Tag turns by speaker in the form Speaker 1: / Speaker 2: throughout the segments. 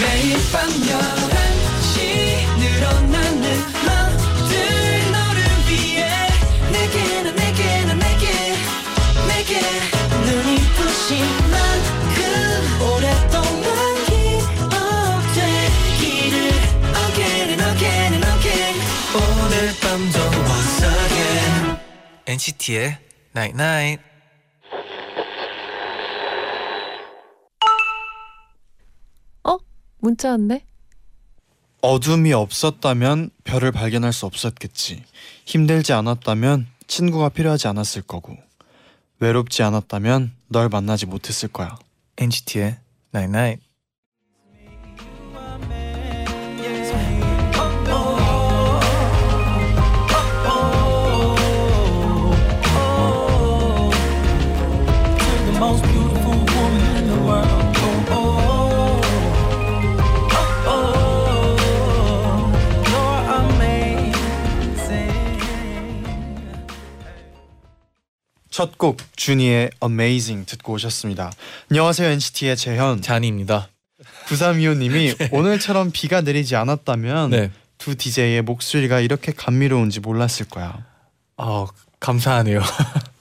Speaker 1: 매일 밤 11시 늘어나는 맘들 너를 위해 내게 난 내게 난 내게 내게 눈이 부신 만큼 오랫동안 기억되기를 Again and again and again 오늘 밤도 once again
Speaker 2: NCT의 Night Night.
Speaker 3: 어? 문자 왔네?
Speaker 4: 어둠이 없었다면 별을 발견할 수 없었겠지. 힘들지 않았다면 친구가 필요하지 않았을 거고. 외롭지 않았다면 널 만나지 못했을 거야.
Speaker 2: NCT의 Night Night.
Speaker 1: The most beautiful woman in the world Oh, oh, oh, oh, oh. You're amazing
Speaker 4: 첫 곡 준이의 Amazing 듣고 오셨습니다. 안녕하세요 NCT의 재현.
Speaker 2: 잔입니다.
Speaker 4: 부삼이호님이 오늘처럼 비가 내리지 않았다면
Speaker 2: 네.
Speaker 4: 두 DJ의 목소리가 이렇게 감미로운지 몰랐을 거야.
Speaker 2: 어, 감사하네요.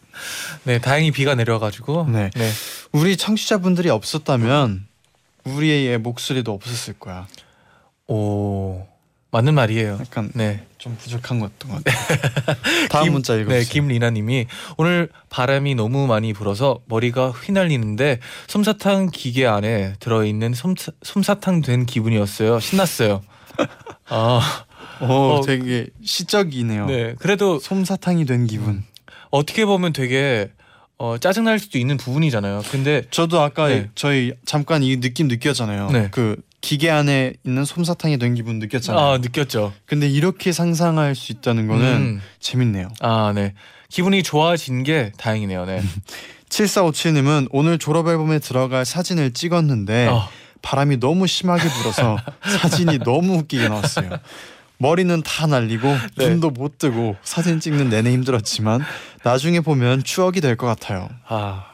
Speaker 2: 네, 다행히 비가 내려가지고.
Speaker 4: 네.
Speaker 2: 네.
Speaker 4: 우리 청취자분들이 없었다면 우리의 목소리도 없었을 거야.
Speaker 2: 오, 맞는 말이에요.
Speaker 4: 약간
Speaker 2: 네.
Speaker 4: 좀 부족한 것도 같아. 다음
Speaker 2: 김-
Speaker 4: 문자 읽어주세요.
Speaker 2: 네, 김리나님이 오늘 바람이 너무 많이 불어서 머리가 휘날리는데 솜사탕 기계 안에 들어있는 솜, 솜사탕 된 기분이었어요. 신났어요. 아,
Speaker 4: 오,
Speaker 2: 어,
Speaker 4: 되게 시적이네요.
Speaker 2: 네. 그래도
Speaker 4: 솜사탕이 된 기분.
Speaker 2: 어떻게 보면 되게 어, 짜증 날 수도 있는 부분이잖아요. 근데
Speaker 4: 저도 아까
Speaker 2: 네.
Speaker 4: 저희 잠깐 이 느낌 느꼈잖아요.
Speaker 2: 네.
Speaker 4: 그 기계 안에 있는 솜사탕이 된 기분 느꼈잖아요.
Speaker 2: 아 느꼈죠.
Speaker 4: 근데 이렇게 상상할 수 있다는 거는
Speaker 2: 음.
Speaker 4: 재밌네요.
Speaker 2: 아 네. 기분이 좋아진 게 다행이네요. 네.
Speaker 4: 7457님은 오늘 졸업 앨범에 들어갈 사진을 찍었는데
Speaker 2: 어,
Speaker 4: 바람이 너무 심하게 불어서 사진이 너무 웃기게 나왔어요. 머리는 다 날리고
Speaker 2: 네.
Speaker 4: 눈도 못 뜨고 사진 찍는 내내 힘들었지만 나중에 보면 추억이 될 것 같아요.
Speaker 2: 아,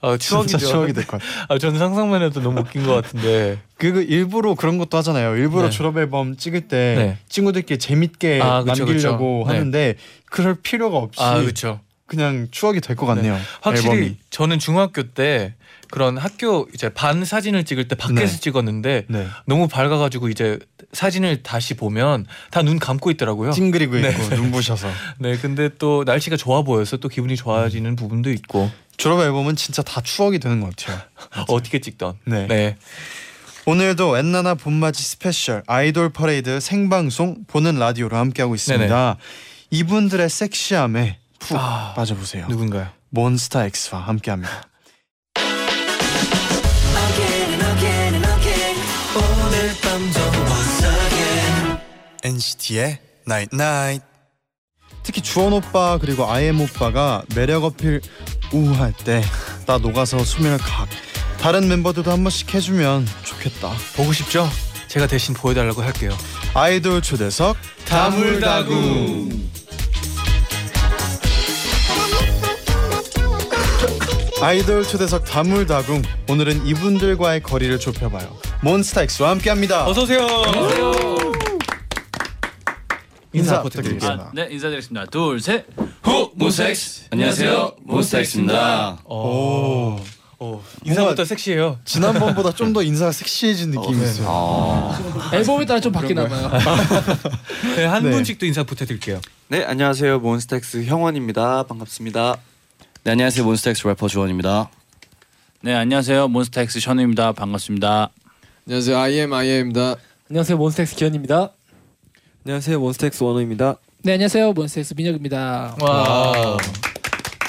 Speaker 2: 어, 추억이죠.
Speaker 4: 진짜 추억이 될 것 같아요.
Speaker 2: 아, 저는 상상만 해도 너무 웃긴 것 같은데.
Speaker 4: 그 일부러 그런 것도 하잖아요.
Speaker 2: 네.
Speaker 4: 일부러 졸업 앨범 찍을 때
Speaker 2: 네.
Speaker 4: 친구들끼리 재밌게
Speaker 2: 아, 그쵸,
Speaker 4: 남기려고
Speaker 2: 그쵸. 네.
Speaker 4: 하는데 그럴 필요가 없이
Speaker 2: 아 그렇죠.
Speaker 4: 그냥 추억이 될 것 같네요.
Speaker 2: 확실히
Speaker 4: 앨범이.
Speaker 2: 저는 중학교 때 그런 학교 이제 반 사진을 찍을 때 밖에서
Speaker 4: 네.
Speaker 2: 찍었는데
Speaker 4: 네.
Speaker 2: 너무 밝아가지고 이제 사진을 다시 보면 다 눈 감고 있더라고요.
Speaker 4: 찡그리고
Speaker 2: 네.
Speaker 4: 있고 눈부셔서
Speaker 2: 네, 근데 또 날씨가 좋아 보여서 또 기분이 좋아지는 부분도 있고
Speaker 4: 졸업 앨범은 진짜 다 추억이 되는 것 같아요.
Speaker 2: 어떻게 찍던.
Speaker 4: 네.
Speaker 2: 네.
Speaker 4: 오늘도 엔나나 봄맞이 스페셜 아이돌 퍼레이드 생방송 보는 라디오로 함께하고 있습니다. 이분들의 섹시함에 푹
Speaker 2: 아,
Speaker 4: 빠져보세요.
Speaker 2: 누군가요?
Speaker 4: 몬스타엑스와 함께합니다.
Speaker 1: Again and again and again 오늘 밤도 once again
Speaker 4: NCT의 Night Night. 특히 주원 오빠 그리고 IM 오빠가 매력 어필 우할 때 나 녹아서 수면 각. 다른 멤버들도 한 번씩 해주면 좋겠다.
Speaker 2: 보고 싶죠? 제가 대신 보여달라고 할게요.
Speaker 4: 아이돌 초대석 다물다구. 아이돌 초대석 다물다궁 오늘은 이분들과의 거리를 좁혀봐요. 몬스타엑스와 함께합니다.
Speaker 2: 어서 오세요. 인사 부탁드립니다.
Speaker 4: 인사 부탁드립니다.
Speaker 5: 아, 네 인사드리겠습니다. 둘 셋.
Speaker 6: 후 몬스타엑스 안녕하세요 몬스타엑스입니다
Speaker 4: 오.
Speaker 2: 어, 인사부터
Speaker 4: 뭔가-
Speaker 2: 세시해요.
Speaker 4: 지난번보다 좀 더 인사가 섹시해진 느낌이 있어요.
Speaker 7: 앨범에 따라 좀 바뀌나 봐요.
Speaker 2: 네, 한
Speaker 4: 네.
Speaker 2: 분씩 또 인사 부탁드릴게요.
Speaker 6: 네 안녕하세요 몬스타엑스 형원입니다 반갑습니다 네 안녕하세요 몬스타엑스 래퍼 주원입니다
Speaker 5: 네 안녕하세요 몬스타엑스 션우입니다. 반갑습니다.
Speaker 8: 안녕하세요. IM IM입니다.
Speaker 7: 안녕하세요 몬스텍스 기현입니다.
Speaker 9: 안녕하세요 몬스타엑스 원호입니다.
Speaker 7: 네 안녕하세요 몬스텍스 민혁입니다.
Speaker 2: 와.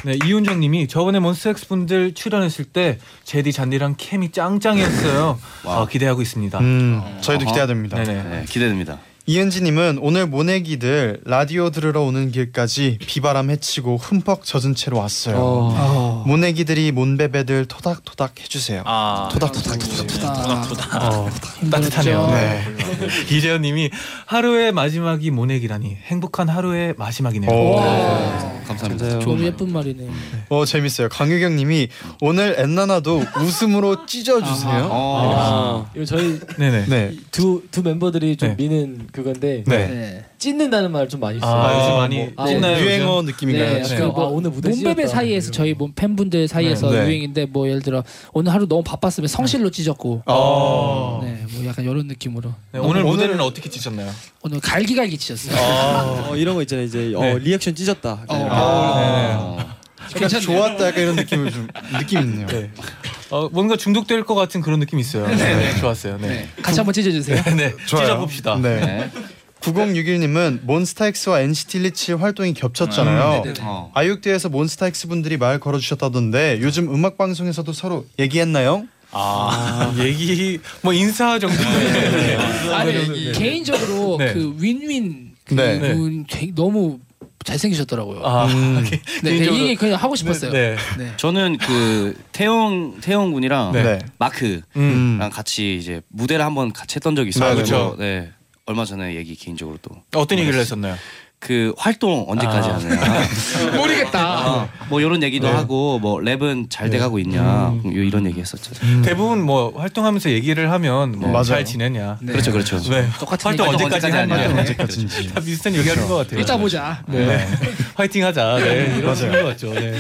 Speaker 2: 네 이윤정님이 저번에 몬스엑스 분들 출연했을 때 제디 잔디랑 캠이 짱짱이었어요. 아, 기대하고 있습니다.
Speaker 4: 음, 저희도
Speaker 6: 어허.
Speaker 4: 기대됩니다.
Speaker 2: 네네.
Speaker 6: 네 기대됩니다
Speaker 4: 이은지님은 오늘 모내기들 라디오 들으러 오는 길까지 비바람 헤치고 흠뻑 젖은 채로 왔어요. 모내기들이 몬베베들 토닥토닥 해주세요.
Speaker 5: 아
Speaker 4: 토닥토닥 해주세요.
Speaker 7: 아프다.
Speaker 2: 어, 따뜻하네요. 이재현님이 하루의 마지막이 모내기라니 행복한 하루의 마지막이네요.
Speaker 4: 오.
Speaker 10: 아,
Speaker 2: 네.
Speaker 6: 감사합니다.
Speaker 7: 너무 예쁜 말이네요.
Speaker 4: 어 재밌어요. 강유경님이 오늘 엔나나도 웃음으로 찢어주세요.
Speaker 6: 아,
Speaker 7: 이거 저희
Speaker 2: 네네.
Speaker 4: 네.
Speaker 7: 두 두 멤버들이 좀
Speaker 2: 네.
Speaker 7: 미는 그건데
Speaker 2: 네.
Speaker 7: 찢는다는 말 좀 많이 써요.
Speaker 2: 아,
Speaker 4: 아,
Speaker 2: 요즘 많이
Speaker 7: 뭐, 아,
Speaker 2: 찢나요?
Speaker 4: 유행어
Speaker 7: 네,
Speaker 4: 느낌인가요?
Speaker 2: 약간
Speaker 7: 그
Speaker 2: 네.
Speaker 7: 뭐 오늘 무대
Speaker 10: 몸베베
Speaker 7: 찢었다.
Speaker 10: 사이에서 저희 몸 팬분들 사이에서
Speaker 4: 네.
Speaker 10: 유행인데 뭐 예를 들어 오늘 하루 너무 바빴으면 성실로 찢었고
Speaker 2: 아.
Speaker 10: 네 뭐 약간 이런 느낌으로
Speaker 2: 네, 오늘
Speaker 4: 오늘은-
Speaker 2: 무대는 어떻게 찢었나요?
Speaker 10: 오늘 갈기갈기 찢었어요.
Speaker 9: 어, 이런 거 있잖아요. 이제 어,
Speaker 2: 네.
Speaker 9: 리액션 찢었다.
Speaker 10: 어.
Speaker 4: 아. 약간 좋았다 약간 이런 느낌을 좀 느낌 있네요.
Speaker 2: 네. 어, 뭔가 중독될 것 같은 그런 느낌이 있어요. 네, 좋았어요. 네.
Speaker 10: 같이 한번 찢어주세요.
Speaker 2: 네.
Speaker 4: 좋아요.
Speaker 2: 찢어봅시다.
Speaker 4: 네.
Speaker 6: 네.
Speaker 4: 9061님은 몬스타엑스와 NCT 리치 활동이 겹쳤잖아요.
Speaker 6: 어.
Speaker 4: 아육대에서 몬스타엑스 분들이 말 걸어주셨다던데 요즘 음악 방송에서도 서로 얘기했나요?
Speaker 2: 아, 얘기 뭐 인사 정도. 네.
Speaker 10: 아니 개인적으로
Speaker 2: 네.
Speaker 10: 그 윈윈
Speaker 4: 네.
Speaker 10: 그분 되게 너무 잘생기셨더라고요.
Speaker 2: 아,
Speaker 10: 네, 네,
Speaker 2: 개인적으로-
Speaker 10: 이 얘기 그냥 하고 싶었어요.
Speaker 2: 네.
Speaker 6: 저는 그 태용 태용 군이랑
Speaker 2: 네.
Speaker 6: 마크랑
Speaker 4: 음.
Speaker 6: 같이 이제 무대를 한번 같이 했던 적이
Speaker 2: 아,
Speaker 6: 있어요.
Speaker 2: 그쵸.
Speaker 6: 네. 얼마 전에 얘기 개인적으로 또 그
Speaker 2: 어떤 얘기를 했었나요?
Speaker 6: 활동 언제까지
Speaker 2: 아.
Speaker 6: 하냐.
Speaker 10: 모르겠다.
Speaker 6: 아, 뭐 이런 얘기도 하고 뭐 랩은 잘 돼가고 있냐 음, 요- 이런 얘기 했었죠.
Speaker 2: 대부분 뭐 활동하면서 얘기를 하면 뭐
Speaker 4: 맞아요.
Speaker 2: 잘 지내냐.
Speaker 10: 네.
Speaker 6: 그렇죠, 그렇죠.
Speaker 2: 네.
Speaker 10: 똑같은
Speaker 2: 활동 그렇죠.
Speaker 10: 얘기.
Speaker 2: 언제까지 하냐.
Speaker 6: 하냐.
Speaker 4: 언제까지인지.
Speaker 2: 다 비슷한 얘기하는 것 같아요.
Speaker 10: 일단 뭐. 보자.
Speaker 2: 네. 화이팅하자. 네. 이런 식인 것 같죠. 네.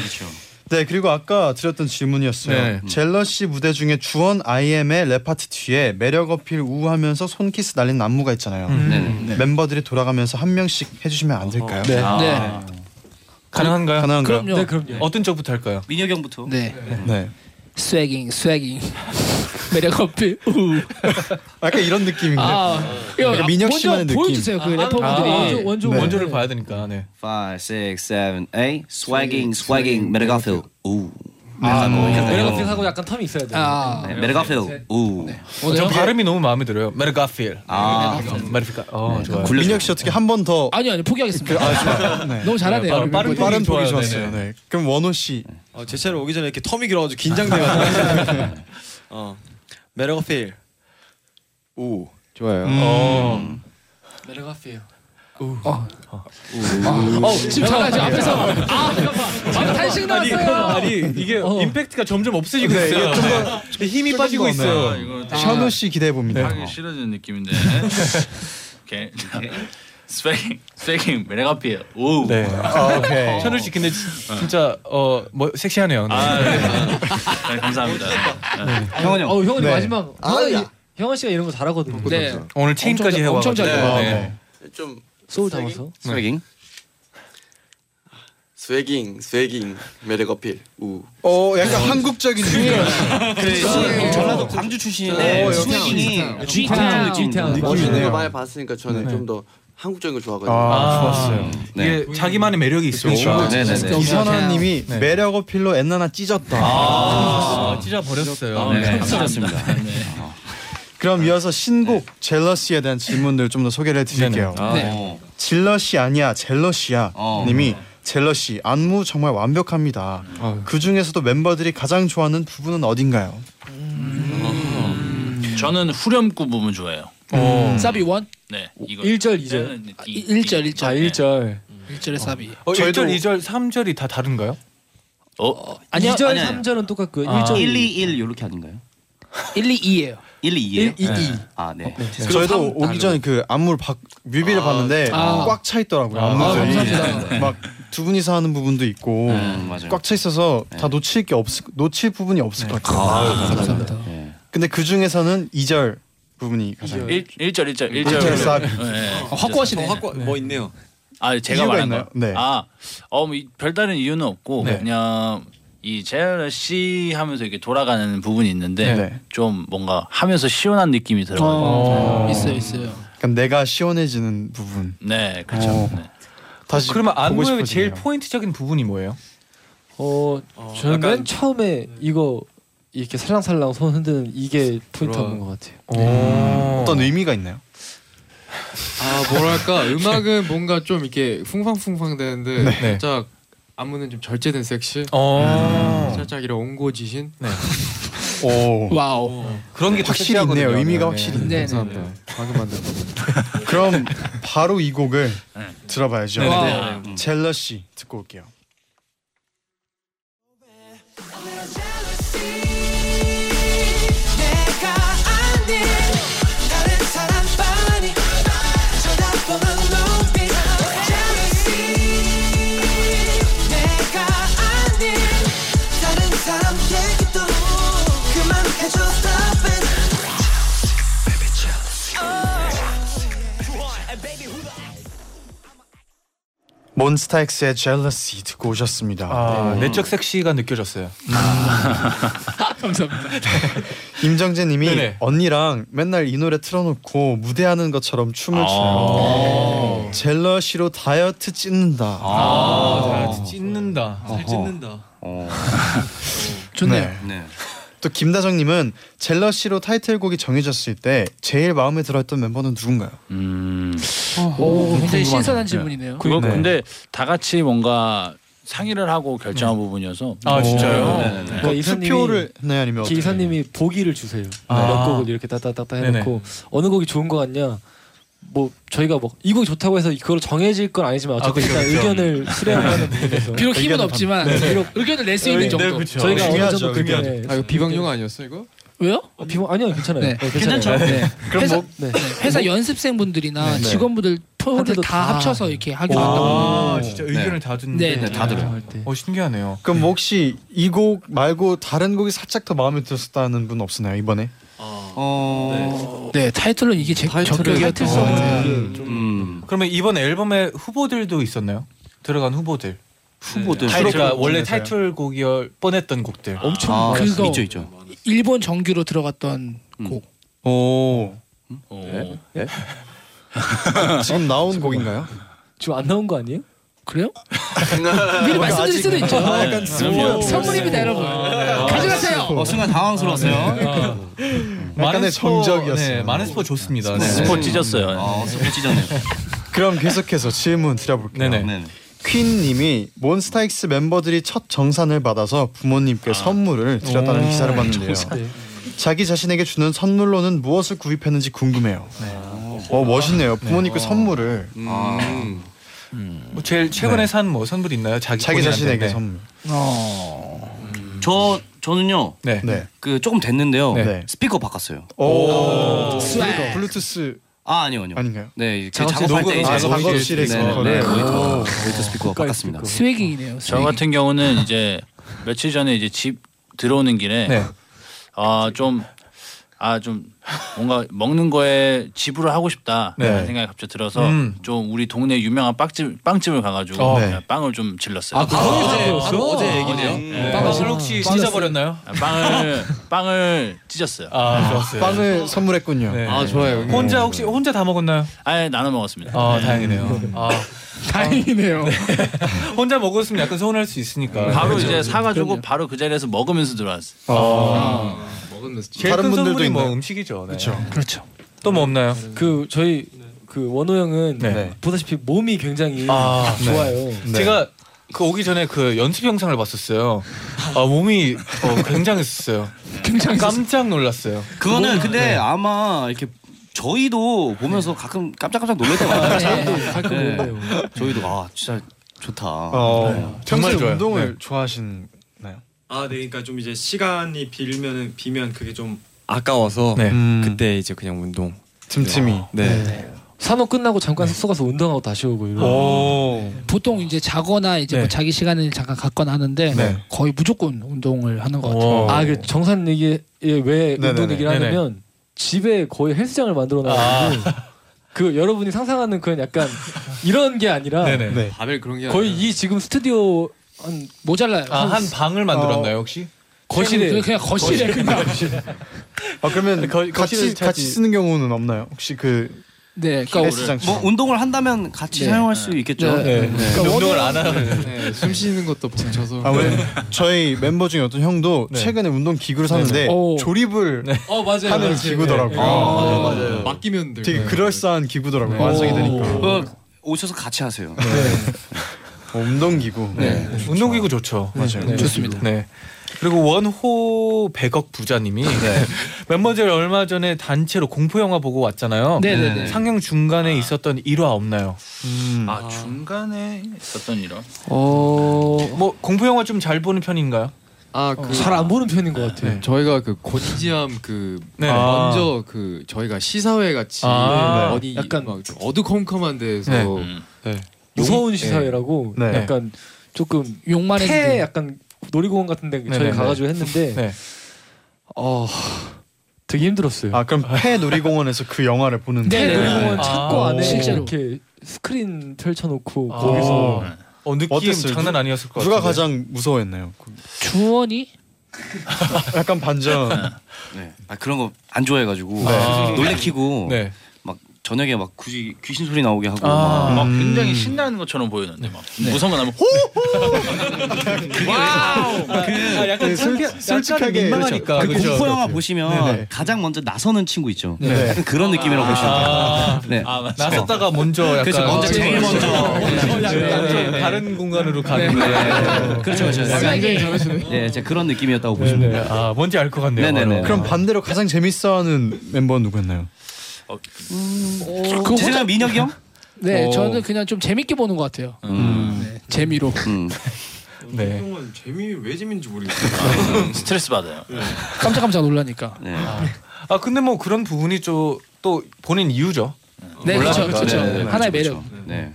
Speaker 4: 네 그리고 아까 드렸던 질문이었어요. 음.
Speaker 2: 네.
Speaker 4: 젤러시 무대 중에 주원 IM의 랩 파트 뒤에 매력 어필 우하면서 손키스 날린 안무가 있잖아요.
Speaker 6: 네네.
Speaker 4: 멤버들이 돌아가면서 한 명씩 해주시면 안 될까요?
Speaker 7: 네.
Speaker 6: 아.
Speaker 10: 네.
Speaker 2: 가능한가요?
Speaker 4: 가능한가요?
Speaker 10: 그럼요.
Speaker 7: 네, 그럼요.
Speaker 2: 어떤 쪽부터 할까요?
Speaker 6: 민혁이 형부터.
Speaker 10: 네.
Speaker 4: 네.
Speaker 10: 스웨깅 스웨깅 매력 어필 우.
Speaker 4: 약간 이런 느낌인데.
Speaker 10: 아, 이거
Speaker 4: 약간 민혁 씨만의
Speaker 10: 먼저
Speaker 4: 느낌.
Speaker 10: 보여주세요 그
Speaker 2: 원조,
Speaker 10: 래퍼분들이.
Speaker 2: 원조,
Speaker 4: 아, 네.
Speaker 2: 원조를 봐야 되니까. 네.
Speaker 6: 5, 6, 7, 8 Swagging, swagging, 메르가필 우
Speaker 4: 아,
Speaker 6: 뭐 약간
Speaker 7: 매력
Speaker 6: 이런-
Speaker 7: 어필 하고 약간 텀이 있어야 돼. 요
Speaker 10: 아,
Speaker 6: 네, 메르가필 우
Speaker 2: 어, 전
Speaker 10: 오늘
Speaker 2: 발음이 너무 마음에 들어요. 메르가필.
Speaker 6: 아,
Speaker 2: 메르가. 어, 좋아요.
Speaker 6: 굴려.
Speaker 4: 민혁 씨 어떻게 한 번 더?
Speaker 10: 아니 아니 포기하겠습니다.
Speaker 4: 네.
Speaker 10: 너무 잘하네요.
Speaker 2: 바로 빠른
Speaker 4: 빠른 폭이
Speaker 2: 좋아요.
Speaker 4: 좋았어요.
Speaker 2: 네네.
Speaker 4: 네. 그럼 원호 씨.
Speaker 8: 네.
Speaker 9: 어, 제 차례 오기 전에 이렇게 텀이 길어가지고 긴장돼가지고. 어, 매력 어필. 오.
Speaker 8: 좋아요.
Speaker 2: 어.
Speaker 10: 매력 어필. 우. 어. 어. 지금 잠깐 지금 앞에서 아 잠깐만 아, 단식
Speaker 2: 네. 아니, 이거-
Speaker 10: 나왔어요.
Speaker 2: 아니 이게
Speaker 10: 어.
Speaker 2: 임팩트가 점점 없어지고 있어요. 네. 힘이 빠지고 있어요.
Speaker 5: 이거 되게
Speaker 4: 션우 아. 씨 기대해 봅니다.
Speaker 5: 하기 싫어지는 느낌인데. 오케이. 스웨깅, 스웨깅, 메레가필 우.
Speaker 2: 네.
Speaker 4: 뭐. 오케이.
Speaker 2: 천우 씨 근데
Speaker 4: 네.
Speaker 2: 진- 진짜 어뭐 섹시하네요. 네.
Speaker 5: 아, 네. 네, 감사합니다. 네.
Speaker 6: 형은 형.
Speaker 7: 어, 형은
Speaker 4: 네.
Speaker 7: 마지막.
Speaker 8: 아야.
Speaker 7: 형원 씨가 이런 거 잘하거든요.
Speaker 10: 네.
Speaker 2: 오늘
Speaker 10: 엄청
Speaker 2: 체인까지 해와가지고.
Speaker 10: 잘- 엄청 잘
Speaker 2: 네.
Speaker 4: 아,
Speaker 2: 네.
Speaker 4: 네.
Speaker 9: 좀
Speaker 7: 소울 담아서.
Speaker 6: 스웨깅.
Speaker 9: 스웨깅, 스웨깅, 매력 어필. 우.
Speaker 4: 어, 약간 한국적인 느낌.
Speaker 6: 네. 전라도 광주 출신인데
Speaker 4: 어, 역시.
Speaker 7: 네.
Speaker 6: 스웨깅이
Speaker 10: G타운.
Speaker 7: 아, G타운.
Speaker 4: 느낌이네요.
Speaker 9: 많이 봤으니까 저는 좀 더 한국적인 걸 좋아하거든요.
Speaker 4: 아,
Speaker 2: 아.
Speaker 4: 좋았어요.
Speaker 6: 네.
Speaker 2: 이게 자기만의 매력이 있어요.
Speaker 4: 그렇죠.
Speaker 2: 네.
Speaker 6: 네네네.
Speaker 10: 네.
Speaker 4: 이선아 님이
Speaker 2: 네.
Speaker 4: 매력 어필로 엔나나 찢었다.
Speaker 2: 아, 찢어 버렸어요.
Speaker 5: 네,
Speaker 6: 네,
Speaker 5: 감사합니다. 네.
Speaker 4: 그럼 이어서 신곡 젤러시에 대한 질문들 좀 더 소개를 해 드릴게요.
Speaker 6: 아,
Speaker 10: 네.
Speaker 6: 어.
Speaker 4: 질러시 아니야 젤러시야
Speaker 6: 어.
Speaker 4: 님이 젤러시 안무 정말 완벽합니다. 그 중에서도 멤버들이 가장 좋아하는 부분은 어딘가요?
Speaker 5: 저는 후렴구 부분 좋아해요.
Speaker 10: 사비 원
Speaker 5: 네, 이거. 네,
Speaker 7: 1절 2절.
Speaker 5: 저는 이- 이-
Speaker 10: 1절 네. 음. 1절
Speaker 7: 아, 1절.
Speaker 10: 1절의 사비.
Speaker 2: 어,
Speaker 4: 저희도-
Speaker 2: 1절, 2절, 3절이 다 다른가요?
Speaker 5: 어,
Speaker 7: 아니
Speaker 6: 아니요,
Speaker 7: 2절
Speaker 6: 아니요.
Speaker 7: 3절은 똑같고요.
Speaker 2: 아.
Speaker 7: 1절
Speaker 6: 1, 2, 1 이렇게 아닌가요?
Speaker 10: 1 2 2예요.
Speaker 6: 1, 2, 2예요?
Speaker 7: 2 2.
Speaker 6: 아, 네.
Speaker 4: 저희도 오기 전에 그 안무를 바, 뮤비를 봤는데
Speaker 10: 아.
Speaker 4: 꽉 차 있더라고요.
Speaker 10: 아,
Speaker 4: 안무들이 네.
Speaker 10: 감사합니다. 네,
Speaker 4: 막 두 분이서 하는 부분도 있고
Speaker 6: 음, 맞아요.
Speaker 4: 꽉 차 있어서 다 놓칠 게 없을 놓칠 부분이 없을
Speaker 10: 네.
Speaker 4: 것 같아요.
Speaker 10: 감사합니다.
Speaker 6: 네.
Speaker 4: 근데 그 중에서 2절 부분이 가장
Speaker 5: 1, 1절 1절 1절.
Speaker 4: 일절 사비.
Speaker 10: 어, 확고하시네.
Speaker 9: 뭐 있네요.
Speaker 5: 아, 제가
Speaker 4: 이유가
Speaker 5: 말한
Speaker 4: 있나요?
Speaker 5: 거요?
Speaker 4: 네.
Speaker 5: 아, 어, 뭐 이- 별다른 이유는 없고
Speaker 2: 네.
Speaker 5: 그냥 이 제시 하면서 이렇게 돌아가는 부분이 있는데
Speaker 4: 네.
Speaker 5: 좀 뭔가 하면서 시원한 느낌이 들어요.
Speaker 10: 있어요 있어요.
Speaker 4: 약간 그러니까 내가 시원해지는 부분.
Speaker 5: 네, 그렇죠.
Speaker 4: 어.
Speaker 5: 네.
Speaker 4: 다시
Speaker 2: 그러면
Speaker 4: 보고
Speaker 2: 안무의
Speaker 4: 싶어지네요.
Speaker 2: 제일 포인트적인 부분이 뭐예요?
Speaker 7: 어, 저는 맨 처음에 이거 이렇게 살랑살랑 손 흔드는 어, 이게 포인트 한것 같아요.
Speaker 4: 어떤 의미가 있나요?
Speaker 8: 아 뭐랄까 음악은 뭔가 좀 이렇게 풍방풍방 되는데
Speaker 2: 네.
Speaker 8: 살짝 안무는 좀 절제된 섹시.
Speaker 2: 어.
Speaker 4: 음.
Speaker 8: 살짝 이런 온고지신.
Speaker 2: 네.
Speaker 4: 오.
Speaker 10: 와우.
Speaker 2: 그런 게
Speaker 4: 확실히 있네요. 의미가 확실히 있네요.
Speaker 10: 어, 네.
Speaker 7: 감사합니다. 방금 만든 거.
Speaker 4: 그럼 바로 이 곡을 들어봐야죠.
Speaker 2: 네. 네네네.
Speaker 4: 와.
Speaker 5: 아,
Speaker 4: 젤러시 듣고 올게요.
Speaker 1: 내가 아닌 다른 사람만이 쳐다보는 눈빛 Jealousy 내가 아닌 다른 사람 얘기도 그만 해줘 stop it
Speaker 4: 몬스타엑스의 젤러시 듣고 오셨습니다.
Speaker 2: 아, 내적 섹시가 느껴졌어요.
Speaker 10: 감사합니다.
Speaker 4: 임정재님이
Speaker 2: 네네.
Speaker 4: 언니랑 맨날 이 노래 틀어놓고 무대하는 것처럼
Speaker 7: 아.
Speaker 4: 춤을
Speaker 7: 네.
Speaker 4: 춰요. 젤러시로 다이어트 찢는다.
Speaker 2: 아, 찢는다. 살 찢는다.
Speaker 10: 좋네요.
Speaker 6: 네.
Speaker 4: 또 김다정님은 젤러시로 타이틀곡이 정해졌을 때 제일 마음에 들었던 멤버는 누군가요?
Speaker 7: 네.
Speaker 5: 음.
Speaker 7: 어,
Speaker 10: 오, 굉장히 신선한 어, 질문이네요.
Speaker 5: 그거
Speaker 4: 네.
Speaker 5: 근데 다 같이 뭔가 상의를 하고 결정한 부분이어서
Speaker 2: 아, 진짜요?
Speaker 5: 네, 네, 네.
Speaker 7: 그러니까 이사님이
Speaker 4: 투표를 네 아니면
Speaker 7: 기 이사님이 보기를 주세요. 네,
Speaker 2: 아.
Speaker 7: 몇 곡을 이렇게 따따따따 해놓고 어느 곡이 좋은 거 같냐. 뭐 저희가 뭐 이 곡이 좋다고 해서 그걸 정해질 건 아니지만 어쨌든
Speaker 2: 그쵸,
Speaker 7: 일단
Speaker 2: 그쵸.
Speaker 7: 의견을 수렴하는 부분에서
Speaker 10: 비록 힘은
Speaker 4: 의견을
Speaker 10: 없지만 비록 의견을 낼 수
Speaker 2: 네,
Speaker 10: 있는 정도.
Speaker 7: 저희가 어느
Speaker 4: 중요하죠,
Speaker 7: 정도 그게
Speaker 8: 아 이거 비방용 아니었어 이거?
Speaker 10: 왜요?
Speaker 7: 아, 비방 아니요 괜찮아요.
Speaker 10: 네,
Speaker 7: 네, 괜찮아요.
Speaker 10: 괜찮죠. 네. 회사, 네,
Speaker 7: 네.
Speaker 10: 회사 연습생분들이나 직원분들 토를
Speaker 7: 한테도
Speaker 10: 다
Speaker 7: 다.
Speaker 10: 합쳐서 이렇게 하기로 한다고.
Speaker 2: 아, 진짜 의견을 다 듣는데.
Speaker 10: 네, 네,
Speaker 5: 다 들어요.
Speaker 7: 할 때.
Speaker 2: 어, 신기하네요.
Speaker 4: 그럼 뭐 혹시 이 곡 말고 다른 곡이 살짝 더 마음에 들었다는 분 없으나요 이번에?
Speaker 6: 어.
Speaker 10: 네, 타이틀은 이게 제
Speaker 6: 타이틀은
Speaker 10: 적격 타이틀성이에요.
Speaker 6: 음.
Speaker 2: 그러면 이번 앨범에 후보들도 있었나요? 들어간 후보들.
Speaker 6: 후보들
Speaker 4: 타이틀
Speaker 2: 그러니까 원래
Speaker 4: 중에서요? 어.
Speaker 2: 타이틀곡이었 뻔했던 곡들.
Speaker 7: 엄청
Speaker 6: 아,
Speaker 7: 많아요.
Speaker 10: 그거-
Speaker 6: 있죠 있죠.
Speaker 10: 일본 정규로 들어갔던 곡.
Speaker 4: 오,
Speaker 5: 오.
Speaker 4: 지금 나온 곡인가요?
Speaker 7: 지금 안 나온 거 아니에요?
Speaker 10: 그래요? 미리 말씀드릴 수도 있죠.
Speaker 7: 아,
Speaker 5: 약간
Speaker 10: 오, 선물입니다, 여러분. 가져가세요.
Speaker 6: 어 순간
Speaker 7: 네.
Speaker 6: 당황스러웠어요.
Speaker 4: 약간의 정적이었어요.
Speaker 2: 네, 많은 스포 좋습니다. 네.
Speaker 5: 스포 찢었어요.
Speaker 6: 아 스포 찢었네요.
Speaker 4: 그럼 계속해서 질문 드려볼게요.
Speaker 2: 네네.
Speaker 6: 네.
Speaker 4: 퀸님이 몬스타엑스 멤버들이 첫 정산을 받아서 부모님께 선물을 드렸다는
Speaker 2: 네,
Speaker 4: 기사를 봤는데요. 자기 자신에게 주는 선물로는 무엇을 구입했는지 궁금해요.
Speaker 2: 네.
Speaker 4: 어 멋있네요. 부모님께 선물을
Speaker 6: 음.
Speaker 2: 뭐 제일 최근에 산 뭐 선물 있나요? 자기,
Speaker 4: 네. 자기
Speaker 2: 본인한테.
Speaker 4: 자신에게
Speaker 2: 네.
Speaker 4: 선물.
Speaker 6: 저 저는요.
Speaker 2: 네.
Speaker 4: 네.
Speaker 6: 그 조금 됐는데요.
Speaker 4: 네.
Speaker 6: 스피커 바꿨어요.
Speaker 4: 오. 그러니까
Speaker 10: 스웨.
Speaker 4: 블루투스
Speaker 6: 아 아니요 아니요.
Speaker 4: 아닌가요?
Speaker 6: 네, 제
Speaker 2: 작업실
Speaker 6: 작업할
Speaker 2: 녹음-
Speaker 6: 때 이제
Speaker 2: 아,
Speaker 4: 작업실에
Speaker 6: 네,
Speaker 4: 있는
Speaker 6: 네, 네,
Speaker 4: 거를.
Speaker 6: 모니터 모니터 스피커 바꿨습니다.
Speaker 10: 스웨깅이네요.
Speaker 5: 저
Speaker 10: 스웨깅.
Speaker 5: 같은 경우는 이제 며칠 전에 이제 집 들어오는 길에
Speaker 2: 네.
Speaker 5: 아 좀 아, 좀, 뭔가 먹는 거에 집으로 하고 싶다. 라는
Speaker 2: 네.
Speaker 5: 생각이 갑자기 들어서,
Speaker 2: 음.
Speaker 5: 좀 우리 동네 유명한 빵집, 빵집을 가가지고,
Speaker 2: 어. 아,
Speaker 5: 그냥 빵을 좀 질렀어요.
Speaker 6: 아, 바로 어제 얘기네요.
Speaker 2: 네. 빵을 혹시 찢어버렸나요?
Speaker 5: 아, 빵을, 빵을 찢었어요.
Speaker 2: 아, 좋았어요.
Speaker 4: 빵을 선물했군요.
Speaker 2: 네.
Speaker 8: 아 좋아요.
Speaker 2: 혼자 혹시 혼자 다 먹었나요?
Speaker 5: 아예 나눠 먹었습니다.
Speaker 2: 아, 다행이네요. 아,
Speaker 10: 다행이네요.
Speaker 2: 혼자 먹었으면 약간 서운할 수 있으니까.
Speaker 5: 네.
Speaker 2: 아.
Speaker 5: 바로 이제 사가지고 바로 그 자리에서 먹으면서 들어왔어요.
Speaker 8: 먹으면서 찢-
Speaker 2: 제일
Speaker 4: 다른
Speaker 2: 큰
Speaker 4: 분들도
Speaker 2: 선물이 뭐
Speaker 4: 있나요?
Speaker 2: 음식이죠. 네.
Speaker 10: 그렇죠.
Speaker 2: 또뭐 없나요?
Speaker 7: 그 저희 그 원호 형은
Speaker 2: 네.
Speaker 7: 보다시피 몸이 굉장히
Speaker 2: 아, 네.
Speaker 7: 좋아요.
Speaker 2: 제가 그 오기 전에 그 연습 영상을 봤었어요. 아, 몸이 어, 굉장했었어요.
Speaker 10: 굉장히
Speaker 2: 깜짝 놀랐어요.
Speaker 6: 그거는 근데 아마 이렇게 저희도 보면서 가끔 깜짝깜짝 놀랄 때가 많아요.
Speaker 7: 가끔
Speaker 6: 네.
Speaker 7: 놀래요.
Speaker 6: 저희도 아 진짜 좋다.
Speaker 4: 어,
Speaker 2: 네. 정말
Speaker 4: 평소에
Speaker 2: 좋아요.
Speaker 4: 운동을 좋아하신
Speaker 9: 아, 네, 그러니까 좀 이제 시간이 빌면은 비면 그게 좀 아까워서 음,
Speaker 2: 네.
Speaker 9: 그때 이제 그냥 운동.
Speaker 4: 틈틈이.
Speaker 9: 네.
Speaker 7: 산업 끝나고 잠깐 숙소 가서 운동하고 다시 오고 이러고
Speaker 2: 오.
Speaker 10: 보통 이제 자거나 이제 뭐
Speaker 2: 네.
Speaker 10: 자기 시간을 잠깐 갖거나 하는데
Speaker 2: 네.
Speaker 10: 거의 무조건 운동을 하는 것 같아요.
Speaker 2: 오.
Speaker 7: 아그 정산 얘기 예, 왜
Speaker 4: 네네네.
Speaker 7: 운동
Speaker 2: 네네.
Speaker 7: 얘기를
Speaker 2: 아.
Speaker 7: 하냐면 집에 거의 헬스장을 만들어 놔가지고 그 여러분이 상상하는 그런 약간 이런 게 아니라
Speaker 2: 네네.
Speaker 4: 네.
Speaker 8: 바벨 그런 게
Speaker 7: 거의
Speaker 8: 아니라.
Speaker 7: 이 지금 스튜디오 한
Speaker 10: 모자라요.
Speaker 2: 아, 한 방을 만들었나요, 혹시?
Speaker 7: 거실에
Speaker 10: 그냥 거실에 그냥
Speaker 4: 아 그러면
Speaker 2: 거-
Speaker 4: 같이
Speaker 2: 거실을 찾지-
Speaker 4: 같이 쓰는 경우는 없나요? 혹시 그
Speaker 10: 네, 그러니까
Speaker 4: 헬스장
Speaker 6: 뭐 운동을 한다면 같이
Speaker 10: 네.
Speaker 6: 사용할 수 있겠죠.
Speaker 10: 네.
Speaker 2: 네. 운동을 안 하는.
Speaker 8: 네,
Speaker 9: 음.
Speaker 8: 숨 쉬는 것도 붙여서.
Speaker 4: 아, 왜 저희 멤버 중에 어떤 형도
Speaker 2: 네.
Speaker 4: 최근에 운동 기구를 샀는데
Speaker 10: 오.
Speaker 4: 조립을
Speaker 2: 네.
Speaker 7: 어 맞아요
Speaker 4: 하는
Speaker 7: 맞아요.
Speaker 4: 기구더라고요. 어.
Speaker 8: 맞아요. 맡기면 돼.
Speaker 4: 되게 그럴싸한 기구더라고요. 완성이 되니까.
Speaker 6: 그거 오셔서 같이 하세요.
Speaker 4: 운동기구.
Speaker 2: 네. 운동기구 좋죠.
Speaker 4: 맞아요. 네.
Speaker 5: 좋습니다.
Speaker 2: 네. 그리고 원호 백억 부자님이 멤버들 얼마 전에 단체로 공포 영화 보고 왔잖아요.
Speaker 10: 네네네.
Speaker 2: 상영 중간에 있었던 일화 없나요?
Speaker 5: 아 중간에 있었던 이런.
Speaker 6: 어.
Speaker 2: 뭐 공포 영화 좀 잘 보는 편인가요?
Speaker 8: 아그
Speaker 7: 잘 안 보는 편인 것 같아요.
Speaker 8: 저희가 그 권지암 그
Speaker 2: 네.
Speaker 8: 먼저 그 저희가 시사회 같이
Speaker 2: 아, 네.
Speaker 8: 어디
Speaker 7: 약간-
Speaker 8: 약간 막 어두컴컴한 데서
Speaker 2: 네.
Speaker 5: 음.
Speaker 7: 무서운 시사회라고
Speaker 4: 네.
Speaker 7: 약간 조금
Speaker 10: 욕만의
Speaker 7: 폐 약간 놀이공원 같은데 저희
Speaker 2: 네네네.
Speaker 7: 가가지고 했는데
Speaker 2: 네.
Speaker 7: 어 되게 힘들었어요.
Speaker 4: 아 그럼 폐 놀이공원에서 그 영화를 보는
Speaker 10: 네,
Speaker 4: 거예요?
Speaker 10: 네, 네.
Speaker 7: 놀이공원
Speaker 2: 아,
Speaker 7: 창고 안에
Speaker 10: 실제로.
Speaker 7: 이렇게 스크린 펼쳐놓고
Speaker 2: 아.
Speaker 7: 거기서
Speaker 2: 어 느낌
Speaker 4: 어땠어요?
Speaker 2: 장난 아니었을 것
Speaker 4: 누가
Speaker 2: 같은데.
Speaker 4: 가장 무서워했나요? 그-
Speaker 10: 주원이
Speaker 4: 약간 반전.
Speaker 6: 네. 아 그런 거 안 좋아해가지고
Speaker 2: 아.
Speaker 6: 놀래키고
Speaker 2: 네.
Speaker 6: 막 저녁에 막 굳이 귀신 소리 나오게 하고
Speaker 2: 아.
Speaker 6: 막
Speaker 5: 막 굉장히 신나는 것처럼 보이는데 막
Speaker 2: 네.
Speaker 5: 무서운 거 나면 호.
Speaker 2: 아, 약간 창피,
Speaker 4: 솔직하게
Speaker 2: 솔직하게 그렇죠. 민망하니까.
Speaker 6: 그
Speaker 2: 아, 그죠?
Speaker 6: 공포 영화 보시면
Speaker 4: 네네.
Speaker 6: 가장 먼저 나서는 친구 있죠.
Speaker 4: 네.
Speaker 6: 약간 그런 느낌이라고 보시면 돼요.
Speaker 2: 아,
Speaker 6: 네.
Speaker 5: 아 맞아.
Speaker 2: 나섰다가 먼저 약간
Speaker 6: 그렇죠. 먼저
Speaker 10: 네.
Speaker 6: 제일 먼저.
Speaker 2: 네, 네. 다른 공간으로 가는 네.
Speaker 6: 그렇죠, 그렇죠.
Speaker 8: 굉장히
Speaker 6: 약간-
Speaker 8: 잘하시네.
Speaker 6: 네, 제가 그런 느낌이었다고 보시면 돼요.
Speaker 2: 아 뭔지 알 것 같네요.
Speaker 6: 네네네.
Speaker 2: 바로.
Speaker 4: 그럼 반대로 가장 재밌어하는 멤버는 누구였나요?
Speaker 10: 그거
Speaker 6: 제 생각 민혁이 형?
Speaker 10: 네
Speaker 4: 어.
Speaker 10: 저는 그냥 좀 재밌게 보는 것 같아요.
Speaker 6: 음.
Speaker 10: 네, 재미로.
Speaker 6: 음.
Speaker 2: 네.
Speaker 9: 재미 왜 재미인지 모르겠어요.
Speaker 5: 스트레스 받아요.
Speaker 10: 깜짝깜짝 놀라니까.
Speaker 6: 네.
Speaker 2: 아 근데 뭐 그런 부분이 좀 또 본인 이유죠.
Speaker 10: 네 그렇죠
Speaker 2: 몰라요.
Speaker 10: 그렇죠.
Speaker 2: 네, 네,
Speaker 10: 하나의 매력.
Speaker 6: 그렇죠. 네.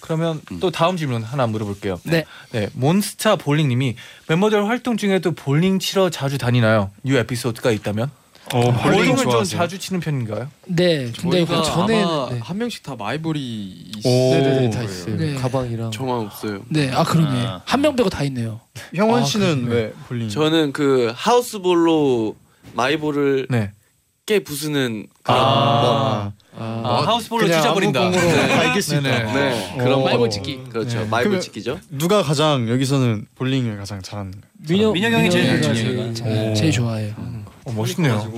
Speaker 2: 그러면 또 다음 질문 하나 물어볼게요.
Speaker 10: 네.
Speaker 2: 네, 몬스타 볼링님이 멤버들 활동 중에도 볼링 치러 자주 다니나요? 이 에피소드가 있다면?
Speaker 4: 어,
Speaker 2: 볼링을 좀 자주 치는 편인가요?
Speaker 10: 네. 근데
Speaker 8: 저희가
Speaker 10: 전에
Speaker 8: 아마
Speaker 7: 네.
Speaker 8: 한 명씩 다 마이보리
Speaker 4: 오.
Speaker 7: 네네네 다
Speaker 8: 거예요.
Speaker 7: 있어요.
Speaker 10: 네.
Speaker 7: 가방이랑
Speaker 11: 저만 없어요.
Speaker 10: 네, 아 그러네.
Speaker 5: 아.
Speaker 10: 한 명 빼고 다 있네요.
Speaker 4: 형원 씨는 왜 볼링?
Speaker 11: 저는 그 하우스볼로 마이볼을
Speaker 2: 네.
Speaker 11: 깨 부수는 그런
Speaker 4: 아,
Speaker 2: 아, 하우스볼로
Speaker 4: 그냥
Speaker 2: 찢어버린다.
Speaker 4: 아무 공으로 밝힐 수
Speaker 2: 네네.
Speaker 4: 있다.
Speaker 11: 법. 네
Speaker 4: 어.
Speaker 11: 그런
Speaker 10: 말벌 찍기.
Speaker 11: 법. 그렇죠
Speaker 4: 네.
Speaker 11: 마이볼
Speaker 4: 그러면-
Speaker 11: 찍기죠.
Speaker 4: 누가 가장 여기서는 볼링을 가장 잘하는?
Speaker 7: 민혁
Speaker 6: 민혁이 형이 제일
Speaker 7: 민혁이가
Speaker 6: 잘해요.
Speaker 10: 제일, 제일 좋아해요.
Speaker 2: 어, 멋있네요.